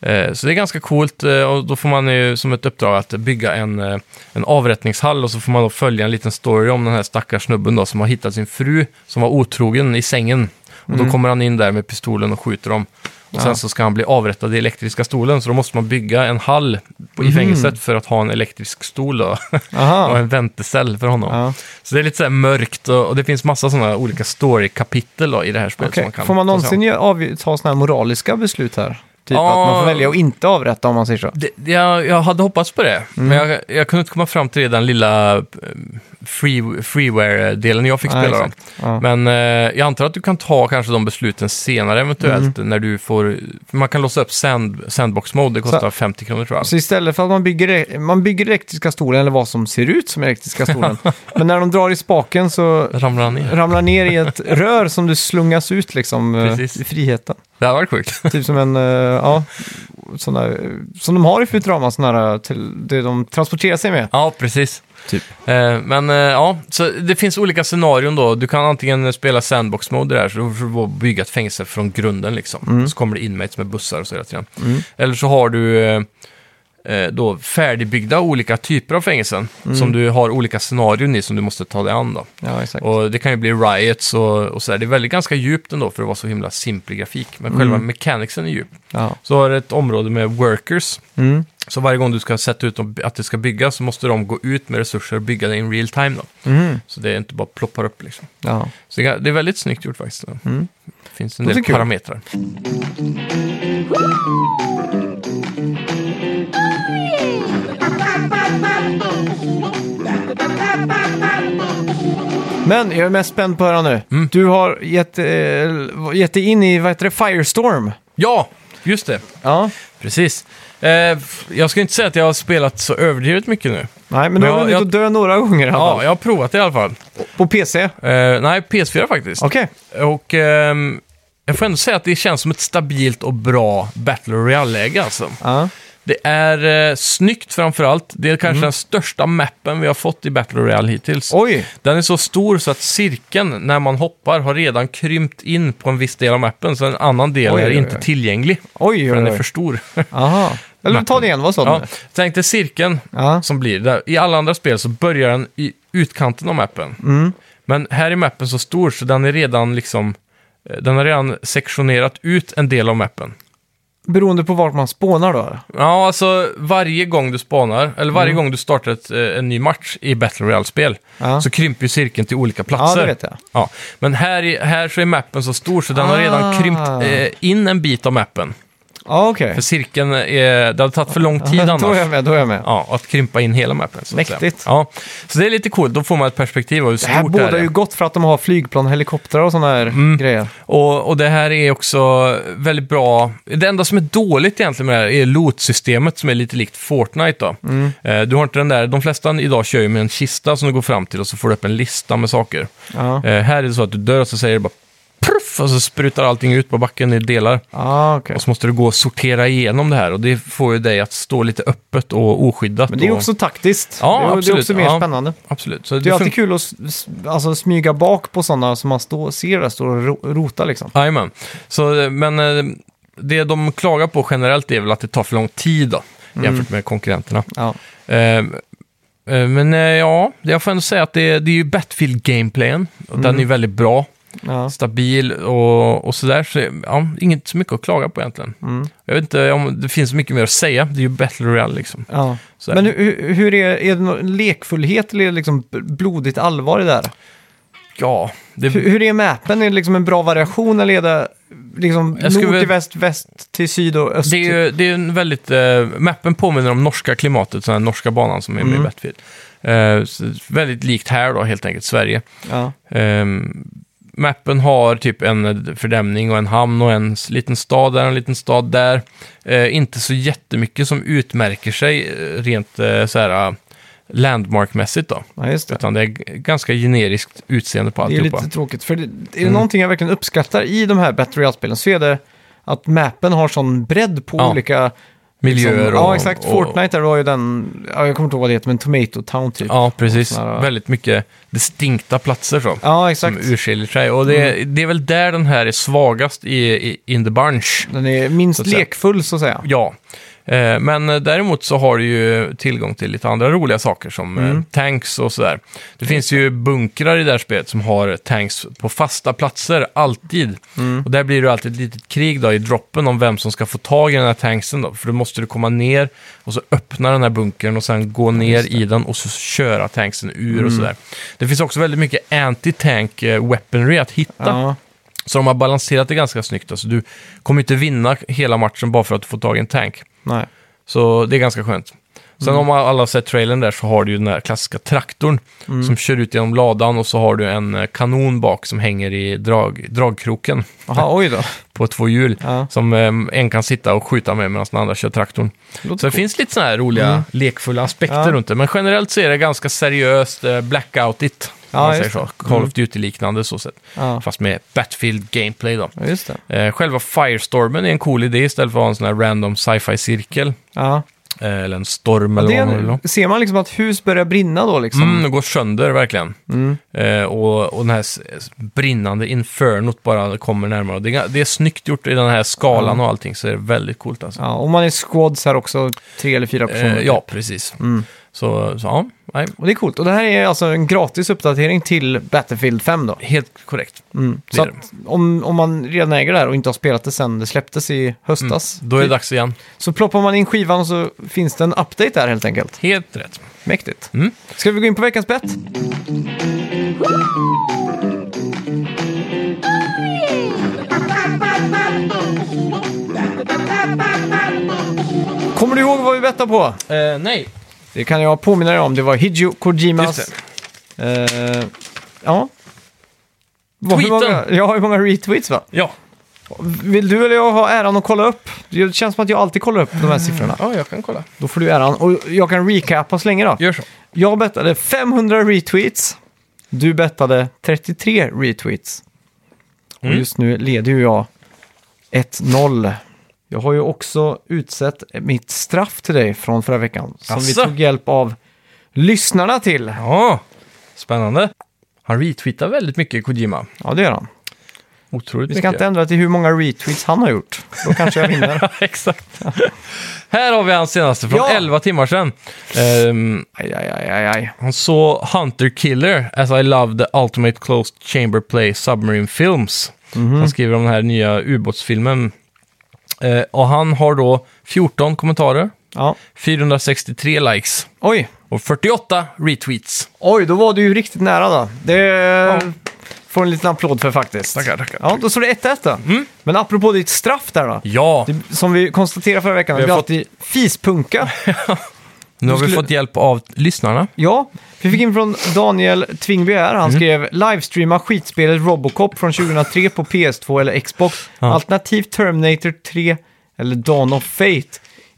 Speaker 2: Eh, Så det är ganska coolt eh, och då får man ju som ett uppdrag att bygga en, eh, en avrättningshall och så får man då följa en liten story om den här stackars snubben då som har hittat sin fru som var otrogen i sängen. Och då kommer han in där med pistolen och skjuter dem. Och sen
Speaker 1: Ja.
Speaker 2: så ska han bli avrättad i elektriska stolen så då måste man bygga en hall på- i
Speaker 1: Mhm.
Speaker 2: fängelset för att ha en elektrisk stol då. (laughs) och
Speaker 1: Aha.
Speaker 2: en väntecell för honom.
Speaker 1: Ja.
Speaker 2: Så det är lite så här mörkt och, och det finns massa sådana olika story-kapitel då i det här spelet.
Speaker 1: Okej.
Speaker 2: som man kan
Speaker 1: Får man
Speaker 2: ta sig an.
Speaker 1: någonsin ge- avge- ta sådana här moraliska beslut här? Typ
Speaker 2: Ja.
Speaker 1: att man får välja att inte avrätta om man säger så.
Speaker 2: Det, det- jag, jag hade hoppats på det, men
Speaker 1: Mm.
Speaker 2: jag, jag kunde inte komma fram till den lilla eh, free, freeware-delen jag fick
Speaker 1: Nej,
Speaker 2: spela. då.
Speaker 1: exakt. Ja.
Speaker 2: Men eh, jag antar att du kan ta kanske de besluten senare eventuellt,
Speaker 1: Mm.
Speaker 2: när du får... för Man kan låsa upp sand, sandbox-mode, det kostar
Speaker 1: Så-
Speaker 2: 50 kronor tror jag.
Speaker 1: Så istället för att man bygger, man bygger elektriska stolen, eller vad som ser ut som elektriska
Speaker 2: (laughs)
Speaker 1: stolen, men när de drar i spaken så
Speaker 2: Ramlar han ner?
Speaker 1: ramlar ner i ett rör som du slungas ut liksom eh,
Speaker 2: Precis.
Speaker 1: i friheten.
Speaker 2: Det här var sjukt.
Speaker 1: Typ som en, eh, ja, sån där, eh, som de har i Futurama, sån där, till det de transporterar sig med.
Speaker 2: ja, precis.
Speaker 1: Typ.
Speaker 2: Eh, men eh, ja, så det finns olika scenarion då. Du kan antingen spela sandbox-mode där, så du får bygga ett fängelse från grunden liksom.
Speaker 1: Mm.
Speaker 2: Så kommer det inmates med bussar och så hela tiden. Eller så har du eh, eh, då färdigbyggda olika typer av fängelsen som du har olika scenarion i som du måste ta dig an då.
Speaker 1: Ja, Mm. exakt.
Speaker 2: Och det kan ju bli riots och, och sådär. Det är väldigt ganska djupt ändå för att vara så himla simpel grafik.
Speaker 1: Mm.
Speaker 2: Men själva mechanicsen är djup.
Speaker 1: ja.
Speaker 2: Så har du ett område med workers.
Speaker 1: Mm.
Speaker 2: Så varje gång du ska sätta ut dem, att det ska byggas så måste de gå ut med resurser och bygga det in real time. Då.
Speaker 1: Mm.
Speaker 2: Så det är inte bara ploppar upp liksom.
Speaker 1: ja.
Speaker 2: Så det är- det är väldigt snyggt gjort faktiskt.
Speaker 1: Mm.
Speaker 2: Det finns en
Speaker 1: Låter
Speaker 2: del
Speaker 1: kul.
Speaker 2: parametrar.
Speaker 1: Men jag är mest spänd på att höra nu.
Speaker 2: Mm.
Speaker 1: Du har gett, eh, gett dig in i, vad heter det, Firestorm.
Speaker 2: Ja, just det.
Speaker 1: Ja.
Speaker 2: Precis. Eh, f- jag ska inte säga att jag har spelat så överdrivet mycket nu.
Speaker 1: Nej, men du
Speaker 2: Men
Speaker 1: har
Speaker 2: jag-
Speaker 1: hunnit
Speaker 2: jag-
Speaker 1: att dö några gånger i alla
Speaker 2: Ja,
Speaker 1: fall.
Speaker 2: jag har provat det i alla fall.
Speaker 1: På PC.
Speaker 2: Eh, nej, PS4 faktiskt.
Speaker 1: Okej.
Speaker 2: Och ehm, jag får ändå säga att det känns som ett stabilt och bra Battle Royale-läge alltså.
Speaker 1: Ja.
Speaker 2: Det är eh, snyggt framför allt. Det är kanske
Speaker 1: Mhm.
Speaker 2: den största mappen vi har fått i Battle Royale hittills.
Speaker 1: Oj!
Speaker 2: Den är så stor så att cirkeln när man hoppar har redan krympt in på en viss del av mappen, så en annan del
Speaker 1: Oj,
Speaker 2: är
Speaker 1: oj, oj.
Speaker 2: inte tillgänglig.
Speaker 1: Oj,
Speaker 2: För
Speaker 1: oj,
Speaker 2: den är
Speaker 1: oj.
Speaker 2: för stor.
Speaker 1: Aha. Eller ta det igen, vad sa du?
Speaker 2: (laughs) ja,
Speaker 1: nu?
Speaker 2: tänk dig cirkeln
Speaker 1: Ja.
Speaker 2: som blir där. I alla andra spel så börjar den i utkanten av mappen.
Speaker 1: Mm.
Speaker 2: Men här är mappen så stor så den är redan liksom eh, den har redan sektionerat ut en del av mappen.
Speaker 1: Beroende på vart man spånar då?
Speaker 2: Ja, alltså varje gång du spanar, eller varje gång du startar ett, eh, en ny match i Battle Royale-spel,
Speaker 1: Mm. Ja.
Speaker 2: så krymper ju cirkeln till olika
Speaker 1: Ja,
Speaker 2: platser.
Speaker 1: det vet jag.
Speaker 2: Ja, men här, i, här så är mappen så stor så den har
Speaker 1: Ah.
Speaker 2: redan krympt eh, in en bit av mappen.
Speaker 1: Ja, okej.
Speaker 2: För cirkeln, är, det hade tagit för lång
Speaker 1: (laughs)
Speaker 2: tid
Speaker 1: Då är
Speaker 2: annars.
Speaker 1: jag med, då är jag med.
Speaker 2: Ja, att krympa in hela mappen. Så att säga.
Speaker 1: Mäktigt.
Speaker 2: Ja, så det är lite coolt. Då får man ett perspektiv av hur
Speaker 1: Det här
Speaker 2: stort det Mm. här
Speaker 1: bådar ju
Speaker 2: är.
Speaker 1: gott för att de har flygplan, helikoptrar och sådana här grejer.
Speaker 2: Och, och det här är också väldigt bra. Det enda som är dåligt egentligen med det här är loot-systemet som är lite likt Fortnite. Då.
Speaker 1: Mm.
Speaker 2: Eh, Du har inte den där, de flesta idag kör ju med en kista som du går fram till och så får du upp en lista med saker.
Speaker 1: Ja,
Speaker 2: Eh, Här är det så att du dör och så säger det bara pruff och så sprutar allting ut på backen i delar.
Speaker 1: ah, okej.
Speaker 2: Och så måste du gå och sortera igenom det här och det får ju dig att stå lite öppet och oskyddat.
Speaker 1: Men det är ju
Speaker 2: och...
Speaker 1: också taktiskt. det,
Speaker 2: Ja,
Speaker 1: är, det är
Speaker 2: absolut.
Speaker 1: också mer
Speaker 2: Ja.
Speaker 1: spännande.
Speaker 2: Absolut. Så
Speaker 1: Det är
Speaker 2: funkar-
Speaker 1: alltid kul att s- s- alltså, smyga bak på sådana som man står, ser där står och ro- rotar liksom.
Speaker 2: Jajamän. Så, eh, Men eh, det de klagar på generellt är väl att det tar för lång tid då,
Speaker 1: Mm.
Speaker 2: jämfört med konkurrenterna.
Speaker 1: Ja.
Speaker 2: Eh, eh, Men eh, ja, jag får ändå säga att det, det är ju Battlefield-gameplayen. och
Speaker 1: Mm.
Speaker 2: Den är ju väldigt bra,
Speaker 1: Ja.
Speaker 2: stabil och, och sådär. Så ja, inget så mycket att klaga på egentligen.
Speaker 1: Mm.
Speaker 2: Jag vet inte om det finns så mycket mer att säga. Det är ju Battle Royale liksom.
Speaker 1: Ja.
Speaker 2: Sådär.
Speaker 1: Men hur, hur är, är det någon lekfullhet eller är det liksom b- blodigt allvar i det här?
Speaker 2: Ja, det,
Speaker 1: Hur, hur är mappen? Är det liksom en bra variation eller är det liksom
Speaker 2: Jag
Speaker 1: nord
Speaker 2: skulle
Speaker 1: till
Speaker 2: väl-
Speaker 1: väst, väst till syd och öst?
Speaker 2: Det är ju det är ju en väldigt... Eh, mappen påminner om norska klimatet, så den här norska banan som är med i
Speaker 1: Mm.
Speaker 2: Battlefield. Eh, så väldigt likt här då, helt enkelt, Sverige.
Speaker 1: Ja.
Speaker 2: Eh, mappen har typ en fördämning och en hamn och en s- liten stad där och en liten stad där. Eh, inte så jättemycket som utmärker sig eh, rent eh, så här eh, landmarkmässigt då.
Speaker 1: ja, just det.
Speaker 2: Utan det är g- ganska generiskt utseende på
Speaker 1: Det är
Speaker 2: alltihopa. Mm.
Speaker 1: lite tråkigt, för det, är det någonting jag verkligen uppskattar i de här Battle Royale-spelen så är det att mappen har sån bredd på
Speaker 2: Ja.
Speaker 1: olika...
Speaker 2: Miljöer
Speaker 1: liksom,
Speaker 2: och...
Speaker 1: Ja, exakt.
Speaker 2: och-
Speaker 1: Fortnite där var ju den, ja, jag kommer inte ihåg vad det heter, men Tomato Town typ. Ja,
Speaker 2: Ja, precis.
Speaker 1: såna här-
Speaker 2: Väldigt mycket distinkta platser så.
Speaker 1: exakt.
Speaker 2: som urskiljer sig. Och det, det är väl där den här är svagast i, i In the Bunch.
Speaker 1: Den är minst
Speaker 2: Så att säga.
Speaker 1: lekfull så att säga.
Speaker 2: Ja, eh, men eh, däremot så har du ju tillgång till lite andra roliga saker som eh, tanks och sådär. Det finns ju bunkrar i det här spelet som har tanks på fasta platser alltid. Och där blir det ju alltid ett litet krig då i droppen om vem som ska få tag i den här tanksen då. För då måste du komma ner och så öppna den här bunkern och sen gå ner i den och så köra tanksen ur och sådär. Det finns också väldigt mycket anti-tank eh, weaponry att hitta.
Speaker 1: Ja,
Speaker 2: Så de har balanserat det ganska snyggt. Alltså, du kommer inte vinna hela matchen bara för att du får tag i en tank.
Speaker 1: nej.
Speaker 2: Så det är ganska skönt. Sen
Speaker 1: Mm.
Speaker 2: om alla har sett trailern där så har du ju den där klassiska traktorn
Speaker 1: Mm.
Speaker 2: som kör ut genom ladan och så har du en eh, kanon bak som hänger i drag, dragkroken
Speaker 1: Jaha, oj då.
Speaker 2: på två hjul.
Speaker 1: Ja.
Speaker 2: Som eh, en kan sitta och skjuta med medan den andra kör traktorn.
Speaker 1: Låter
Speaker 2: Så det finns lite sådana här roliga lekfulla aspekter
Speaker 1: Mm. Ja.
Speaker 2: runt det. Men generellt så är det ganska seriöst eh, blackoutigt.
Speaker 1: Ja,
Speaker 2: Ja, man säger
Speaker 1: just Mm.
Speaker 2: så. Call of Duty-liknande så sett.
Speaker 1: Ja.
Speaker 2: Fast med Battlefield-gameplay då.
Speaker 1: Ja, just det.
Speaker 2: Eh, själva Firestormen är en cool idé istället för att ha en sån här random sci-fi-cirkel.
Speaker 1: Ja.
Speaker 2: Eh, eller en storm eller
Speaker 1: Det,
Speaker 2: vad man vill ha.
Speaker 1: ser man liksom att hus börjar brinna då liksom?
Speaker 2: Mm, det går sönder verkligen. Eh, och, och den här s- s- brinnande infernot bara kommer närmare. Och Det är, ga- det är snyggt gjort i den här skalan och allting, så det är väldigt coolt alltså.
Speaker 1: Ja, och man är squads här också, tre eller fyra personer.
Speaker 2: Eh, ja, precis. Så, så ja, nej,
Speaker 1: Och det är coolt. Och det här är alltså en gratis uppdatering till Battlefield 5 då.
Speaker 2: helt korrekt. Det
Speaker 1: Så
Speaker 2: är det.
Speaker 1: att om, om man redan äger det här och inte har spelat det sen det släpptes i höstas,
Speaker 2: Mm, Då är det dags igen.
Speaker 1: så ploppar man in skivan och så finns det en update där helt enkelt.
Speaker 2: Helt rätt.
Speaker 1: Mäktigt.
Speaker 2: Mm.
Speaker 1: Ska vi gå in på veckans bett? Kommer du ihåg vad vi bettade på?
Speaker 2: Eh, nej.
Speaker 1: Det kan jag påminna dig om. Det var Hideo Kojimas...
Speaker 2: Just
Speaker 1: Eh, ja. Vad- hur
Speaker 2: Tweeten.
Speaker 1: många, ja, hur många retweets va?
Speaker 2: Ja.
Speaker 1: Vill du eller jag ha äran att kolla upp? Det känns som att jag alltid kollar upp de här siffrorna.
Speaker 2: ja, jag kan kolla.
Speaker 1: Då får du äran. Och jag kan recapa så länge då.
Speaker 2: Gör så.
Speaker 1: Jag bettade 500 retweets. Du bettade 33 retweets. Och
Speaker 2: Mm.
Speaker 1: just nu leder ju jag 1-0. Jag har ju också utsett mitt straff till dig från förra veckan. Som vi
Speaker 2: Asså?
Speaker 1: tog hjälp av lyssnarna till.
Speaker 2: Ja, spännande. Han retweetar väldigt mycket, Kojima.
Speaker 1: Ja, det gör han.
Speaker 2: Otroligt
Speaker 1: Vi ska
Speaker 2: mycket.
Speaker 1: inte ändra till hur många retweets han har gjort. Då kanske jag vinner.
Speaker 2: (laughs) Exakt. Här har vi hans senaste från
Speaker 1: Ja.
Speaker 2: 11 timmar sedan. Ehm,
Speaker 1: Aj, aj, aj, aj, aj.
Speaker 2: han såg Hunter Killer, As I Love the Ultimate Closed Chamber Play Submarine Films.
Speaker 1: Mhm.
Speaker 2: Han skriver om den här nya ubåtsfilmen. Eh, och han har då 14 kommentarer,
Speaker 1: Ja.
Speaker 2: 463 likes
Speaker 1: Oj,
Speaker 2: och 48 retweets.
Speaker 1: oj, då var du ju riktigt nära då. Det... Får en liten applåd för faktiskt.
Speaker 2: Tackar, tackar. Mm.
Speaker 1: Ja, då står det 1-1 då. Men apropå ditt straff där då.
Speaker 2: Ja,
Speaker 1: Det, som vi konstaterade förra veckan, vi,
Speaker 2: Vi har
Speaker 1: har
Speaker 2: fått-
Speaker 1: alltid fispunka.
Speaker 2: nu har vi
Speaker 1: skulle-
Speaker 2: fått hjälp av lyssnarna.
Speaker 1: Ja, vi fick in från Daniel Tvingby här. Han
Speaker 2: Mm.
Speaker 1: skrev livestreama skitspelet Robocop från 2003 på PS2 eller Xbox.
Speaker 2: Ja.
Speaker 1: Alternativt Terminator 3 eller Dawn of Fate.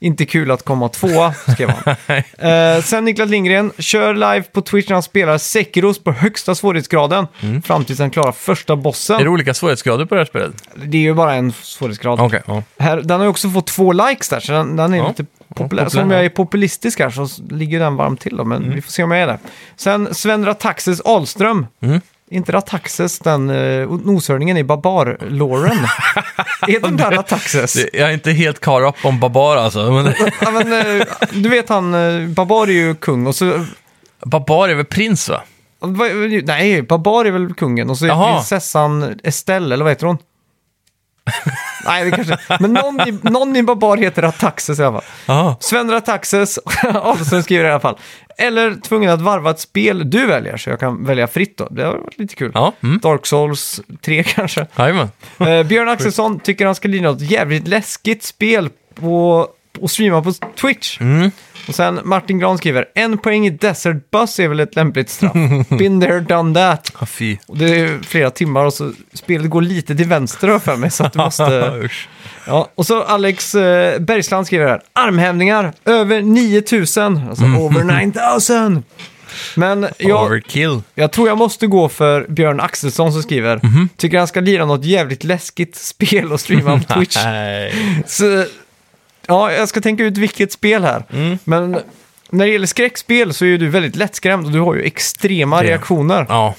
Speaker 1: Inte kul att komma tvåa, skrev
Speaker 2: (laughs)
Speaker 1: han. eh, sen Niklas Lindgren, kör live på Twitch när han spelar Sekiros på högsta svårighetsgraden fram tills han klarar första bossen.
Speaker 2: Mm. Är det olika svårighetsgrader på det här spelet?
Speaker 1: Det är ju bara en svårighetsgrad.
Speaker 2: Okej, ja.
Speaker 1: Här, den har ju också fått två likes där, så den, den är
Speaker 2: Ja.
Speaker 1: lite
Speaker 2: Ja,
Speaker 1: populär.
Speaker 2: populär,
Speaker 1: Så om
Speaker 2: ja. Mm.
Speaker 1: jag är populistisk här så s- ligger den varmt till då, men vi får se om jag är det. Sen Sven Rataxes Ahlström.
Speaker 2: Mm.
Speaker 1: Inte Rataxes, den eh, noshörningen i
Speaker 2: (laughs)
Speaker 1: Babar-låren. är den där Rataxes?
Speaker 2: Det- Jag är inte helt caught up om Babar alltså. Men (laughs)
Speaker 1: ja, men, eh, du vet han, eh, Babar är ju kung och så... eh,
Speaker 2: Babar är väl prins va?
Speaker 1: vad- Nej, Babar är väl kungen och så är
Speaker 2: Jaha.
Speaker 1: prinsessan Estelle, eller vad heter
Speaker 2: (laughs)
Speaker 1: hon? Nej, det kanske... Men någon i, någon i Babar heter Rataxes i alla fall.
Speaker 2: Ja.
Speaker 1: Sven (laughs) Rataxes, Ahlström skriver i alla fall. Eller tvungen att varva ett spel du väljer, så jag kan välja fritt då. Det har varit lite kul.
Speaker 2: Ja, mm.
Speaker 1: Dark Souls 3 (laughs) kanske.
Speaker 2: Jajamän.
Speaker 1: Eh,
Speaker 2: (laughs)
Speaker 1: Björn Axelsson tycker han ska lira något jävligt läskigt spel på, och streama på Twitch.
Speaker 2: Mm.
Speaker 1: Och sen Martin Gran skriver, en poäng i Desert Bus är väl ett lämpligt straff.
Speaker 2: (laughs)
Speaker 1: Been there, done that.
Speaker 2: Ja, fy.
Speaker 1: Och det är flera timmar och så spelet går lite till vänster har jag för mig, så att du
Speaker 2: (laughs)
Speaker 1: måste...
Speaker 2: Usch.
Speaker 1: Ja, och så Alex eh, Bergsland skriver här. Armhävningar över 9000. Alltså over 9000. Men jag,
Speaker 2: Overkill.
Speaker 1: jag tror jag måste gå för Björn Axelsson som skriver. Tycker han ska lira något jävligt läskigt spel och streama på Twitch.
Speaker 2: Nej.
Speaker 1: Så, ja, jag ska tänka ut vilket spel här. Men när det gäller skräckspel så är ju du väldigt lättskrämd och du har ju extrema
Speaker 2: Det-
Speaker 1: reaktioner.
Speaker 2: Ja,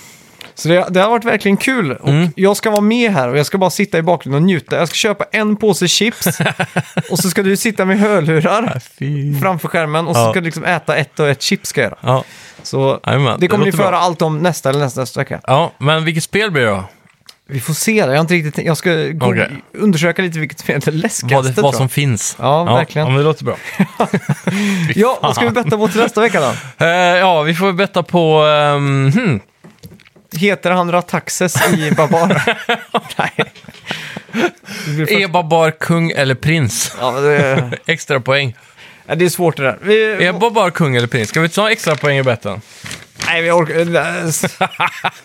Speaker 1: Så det, det har varit verkligen kul. Och
Speaker 2: Mm.
Speaker 1: Jag ska vara med här och jag ska bara sitta i bakgrunden och njuta. Jag ska köpa en påse
Speaker 2: (laughs)
Speaker 1: chips och så ska du sitta med hörlurar
Speaker 2: fy.
Speaker 1: framför skärmen och så
Speaker 2: Ja.
Speaker 1: ska du liksom äta ett och ett chips ska jag göra.
Speaker 2: Ja.
Speaker 1: Så
Speaker 2: Jajamän,
Speaker 1: det
Speaker 2: det
Speaker 1: kommer ni
Speaker 2: låter
Speaker 1: få
Speaker 2: bra.
Speaker 1: höra allt om nästa eller nästa, nästa vecka.
Speaker 2: ja, men vilket spel blir det då?
Speaker 1: Vi får se det. Jag har inte riktigt tänkt- Jag ska gå,
Speaker 2: Okej.
Speaker 1: undersöka lite vilket som är det läskigaste
Speaker 2: Vad, det,
Speaker 1: tror
Speaker 2: vad
Speaker 1: jag.
Speaker 2: som finns.
Speaker 1: Ja, verkligen.
Speaker 2: Ja, men det låter bra. (laughs)
Speaker 1: Ja, vad ska vi betta på till nästa vecka då?
Speaker 2: Eh, ja, vi får betta på... ehm, hmm.
Speaker 1: Heter han Rataxes i
Speaker 2: (laughs)
Speaker 1: Babar? Nej. Det blir först-
Speaker 2: Är Babar kung eller (laughs) prins?
Speaker 1: Ja, men det,
Speaker 2: Extra poäng.
Speaker 1: ja, det är svårt det där. Vi,
Speaker 2: Är Babar kung eller prins? Ska vi ta extra poäng i (laughs) betten?
Speaker 1: Nej, vi
Speaker 2: (laughs)
Speaker 1: orkar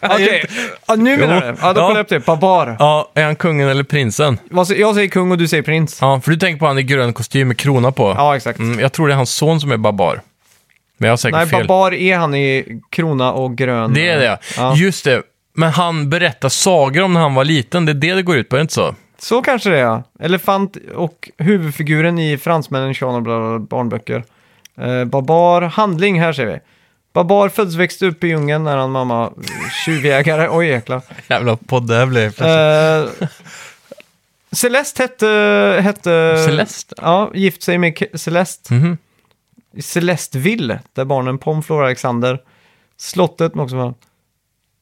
Speaker 1: Okej, ja, nu menar du? Ja, då
Speaker 2: Ja.
Speaker 1: kollar jag upp det. Babar.
Speaker 2: Ja, är han kungen eller prinsen?
Speaker 1: Vad sä- Jag säger kung och du säger prins.
Speaker 2: Ja, för du tänker på han i grön kostym med krona på.
Speaker 1: Ja, exakt.
Speaker 2: Mm, jag tror det är hans son som är Babar. Men jag har säkert
Speaker 1: Nej,
Speaker 2: fel.
Speaker 1: Babar är han i krona och grön.
Speaker 2: Det är det,
Speaker 1: Ja.
Speaker 2: Just det. Men han berättar sagor om när han var liten. Det är det det går ut på, är det inte så?
Speaker 1: Så kanske det är, ja. Elefant och huvudfiguren i Fransmännen, Sean och bla bla, bla, barnböcker. Eh, Babar, handling, här ser vi. Babar föddes och växte upp i djungeln när han mamma tjuvjägare. Oj, jäklar.
Speaker 2: Jävla podd det här blev.
Speaker 1: Eh, Celeste hette... hette
Speaker 2: Celeste?
Speaker 1: Ja, gift sig med Ke- Celeste.
Speaker 2: Mhm.
Speaker 1: i Celestville, där barnen Pom, Flora och Alexander, slottet, men också man...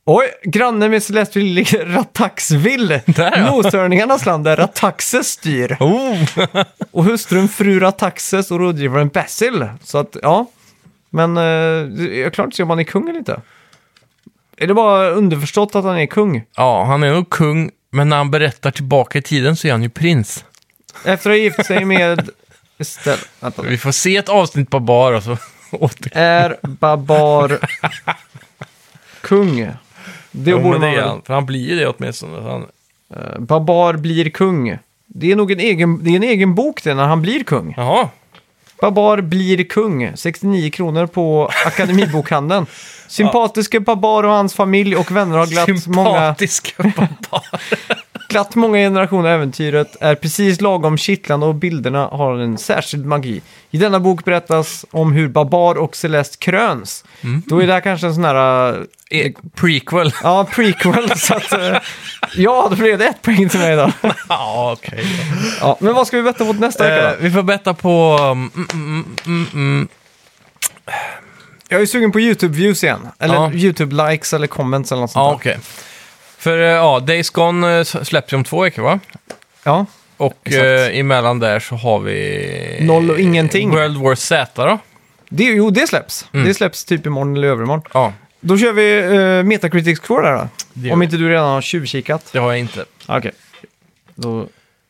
Speaker 1: Oj, granne med Celestville ligger Rataxville,
Speaker 2: (laughs) Där, ja.
Speaker 1: noshörningarnas land där Rataxes styr.
Speaker 2: Oh.
Speaker 1: Och hustrun fru Rataxes och rådgivaren Basil. Så att, ja. Men eh, jag klarar inte att se om han är kung eller inte. Är det bara underförstått att han är kung?
Speaker 2: (laughs) Ja, han är nog kung, men när han berättar tillbaka i tiden så är han ju prins.
Speaker 1: Efter att ha gift sig med... Estelle, vänta.
Speaker 2: Vi får se ett avsnitt på bar och så (laughs) åter...
Speaker 1: Är Babar kung? Det
Speaker 2: Jo,
Speaker 1: borde
Speaker 2: men det
Speaker 1: man
Speaker 2: är
Speaker 1: väl
Speaker 2: han. För han blir ju det åtminstone. Han...
Speaker 1: Eh, Babar blir kung. Det är nog en egen, det är en egen bok det, när han blir kung.
Speaker 2: Jaha.
Speaker 1: Babar blir kung. 69 kronor
Speaker 2: (laughs)
Speaker 1: på Akademibokhandeln. Sympatiske Babar och hans familj och vänner har glatt många,
Speaker 2: Sympatiska (laughs) Babar.
Speaker 1: glatt många generationer i äventyret. Är precis lagom kittlande och bilderna har en särskild magi. I denna bok berättas om hur Babar och Celeste kröns. Då är det här kanske en sån här... eh,
Speaker 2: Eh, Prequel.
Speaker 1: Ja, prequel. (laughs) så att, eh, ja, då blev det ett poäng till (laughs) mig då.
Speaker 2: (laughs) ja, okej.
Speaker 1: Ja, men vad ska vi betta mot nästa vecka då?
Speaker 2: Eh, vi får betta på... mm, Mm, mm, mm,
Speaker 1: Jag är sugen på YouTube-views igen. Eller
Speaker 2: Ja.
Speaker 1: YouTube-likes eller comments eller något sånt
Speaker 2: ja,
Speaker 1: där.
Speaker 2: okej. För eh, ja, Days Gone eh, släpps ju om två veckor, va?
Speaker 1: Ja.
Speaker 2: Och
Speaker 1: Exakt.
Speaker 2: eh, emellan där så har vi...
Speaker 1: Noll och ingenting.
Speaker 2: World War Z då?
Speaker 1: Mm. Det, jo, det släpps. Det släpps typ imorgon eller övermorgon.
Speaker 2: Ja.
Speaker 1: Då kör vi eh, Metacritic Score där
Speaker 2: Det
Speaker 1: då.
Speaker 2: gör
Speaker 1: Om
Speaker 2: vi.
Speaker 1: inte du redan har tjuvkikat.
Speaker 2: Det har jag inte.
Speaker 1: Okej. Då...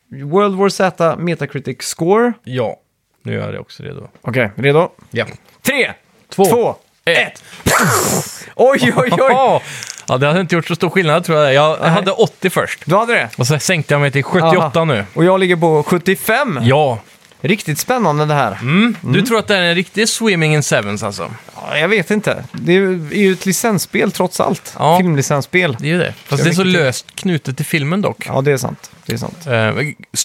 Speaker 1: World War Z Metacritic Score.
Speaker 2: Ja, nu är jag också redo.
Speaker 1: Okej, redo?
Speaker 2: Ja.
Speaker 1: Tre,
Speaker 2: Två,
Speaker 1: två
Speaker 2: (laughs) ett.
Speaker 1: Oj, (laughs) oj, oj!
Speaker 2: Jaha! Ja, det hade inte gjort så stor skillnad tror jag. Jag hade 80 först.
Speaker 1: Du hade det?
Speaker 2: Och så sänkte jag mig till 78
Speaker 1: Aha.
Speaker 2: nu.
Speaker 1: Och jag ligger på 75.
Speaker 2: Ja.
Speaker 1: Riktigt spännande det här.
Speaker 2: Mm. Du tror att det här är en riktig Swimming in Sevens alltså?
Speaker 1: Ja, jag vet inte. Det är ju är ju ett licensspel trots allt.
Speaker 2: Ja.
Speaker 1: Filmlicensspel.
Speaker 2: Det är ju det. Fast
Speaker 1: Jag
Speaker 2: det är så
Speaker 1: vet inte.
Speaker 2: löst knutet till filmen dock.
Speaker 1: Ja, det är sant. Det är sant.
Speaker 2: Eh,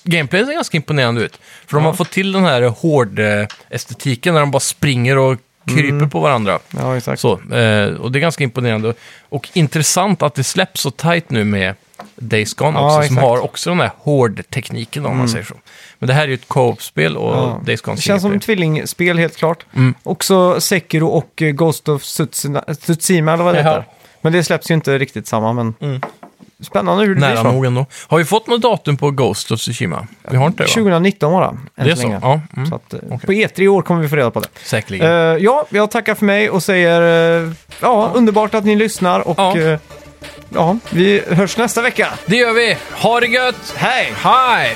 Speaker 2: gameplay ser ganska imponerande ut. För de har fått till den här hård estetiken när de bara springer och kryper
Speaker 1: Mm.
Speaker 2: på varandra.
Speaker 1: Ja, exakt.
Speaker 2: Så, eh, och det är ganska imponerande. Och intressant att det släpps så tajt nu med Days Gone
Speaker 1: Ja,
Speaker 2: också, som
Speaker 1: exakt. Mm.
Speaker 2: har också den här hård-tekniken om man säger så. Men det här är ju ett co-op-spel och
Speaker 1: Ja.
Speaker 2: Days Gone
Speaker 1: Det känns som
Speaker 2: single
Speaker 1: tvillingspel helt klart.
Speaker 2: Mm.
Speaker 1: Också Sekiro och eh, Ghost of Tsutsuna- Tsushima eller vad det
Speaker 2: Jaha.
Speaker 1: heter. Men det släpps ju inte riktigt samma, men
Speaker 2: Mm.
Speaker 1: spännande hur det
Speaker 2: player. Nära
Speaker 1: blir. så.
Speaker 2: nog ändå. Har vi fått något datum på Ghost of Tsushima? Vi har inte det va?
Speaker 1: 2019 bara, än
Speaker 2: det är
Speaker 1: så
Speaker 2: så?
Speaker 1: länge.
Speaker 2: Ja, mm.
Speaker 1: Så att, eh, På E3 i år kommer vi få reda på det.
Speaker 2: säkerligen.
Speaker 1: Eh, ja, jag tackar för mig och säger eh, ja, underbart att ni lyssnar och
Speaker 2: Ja.
Speaker 1: eh, ja, vi hörs nästa vecka.
Speaker 2: Det gör vi! Ha det gött!
Speaker 1: Hej!
Speaker 2: Hej!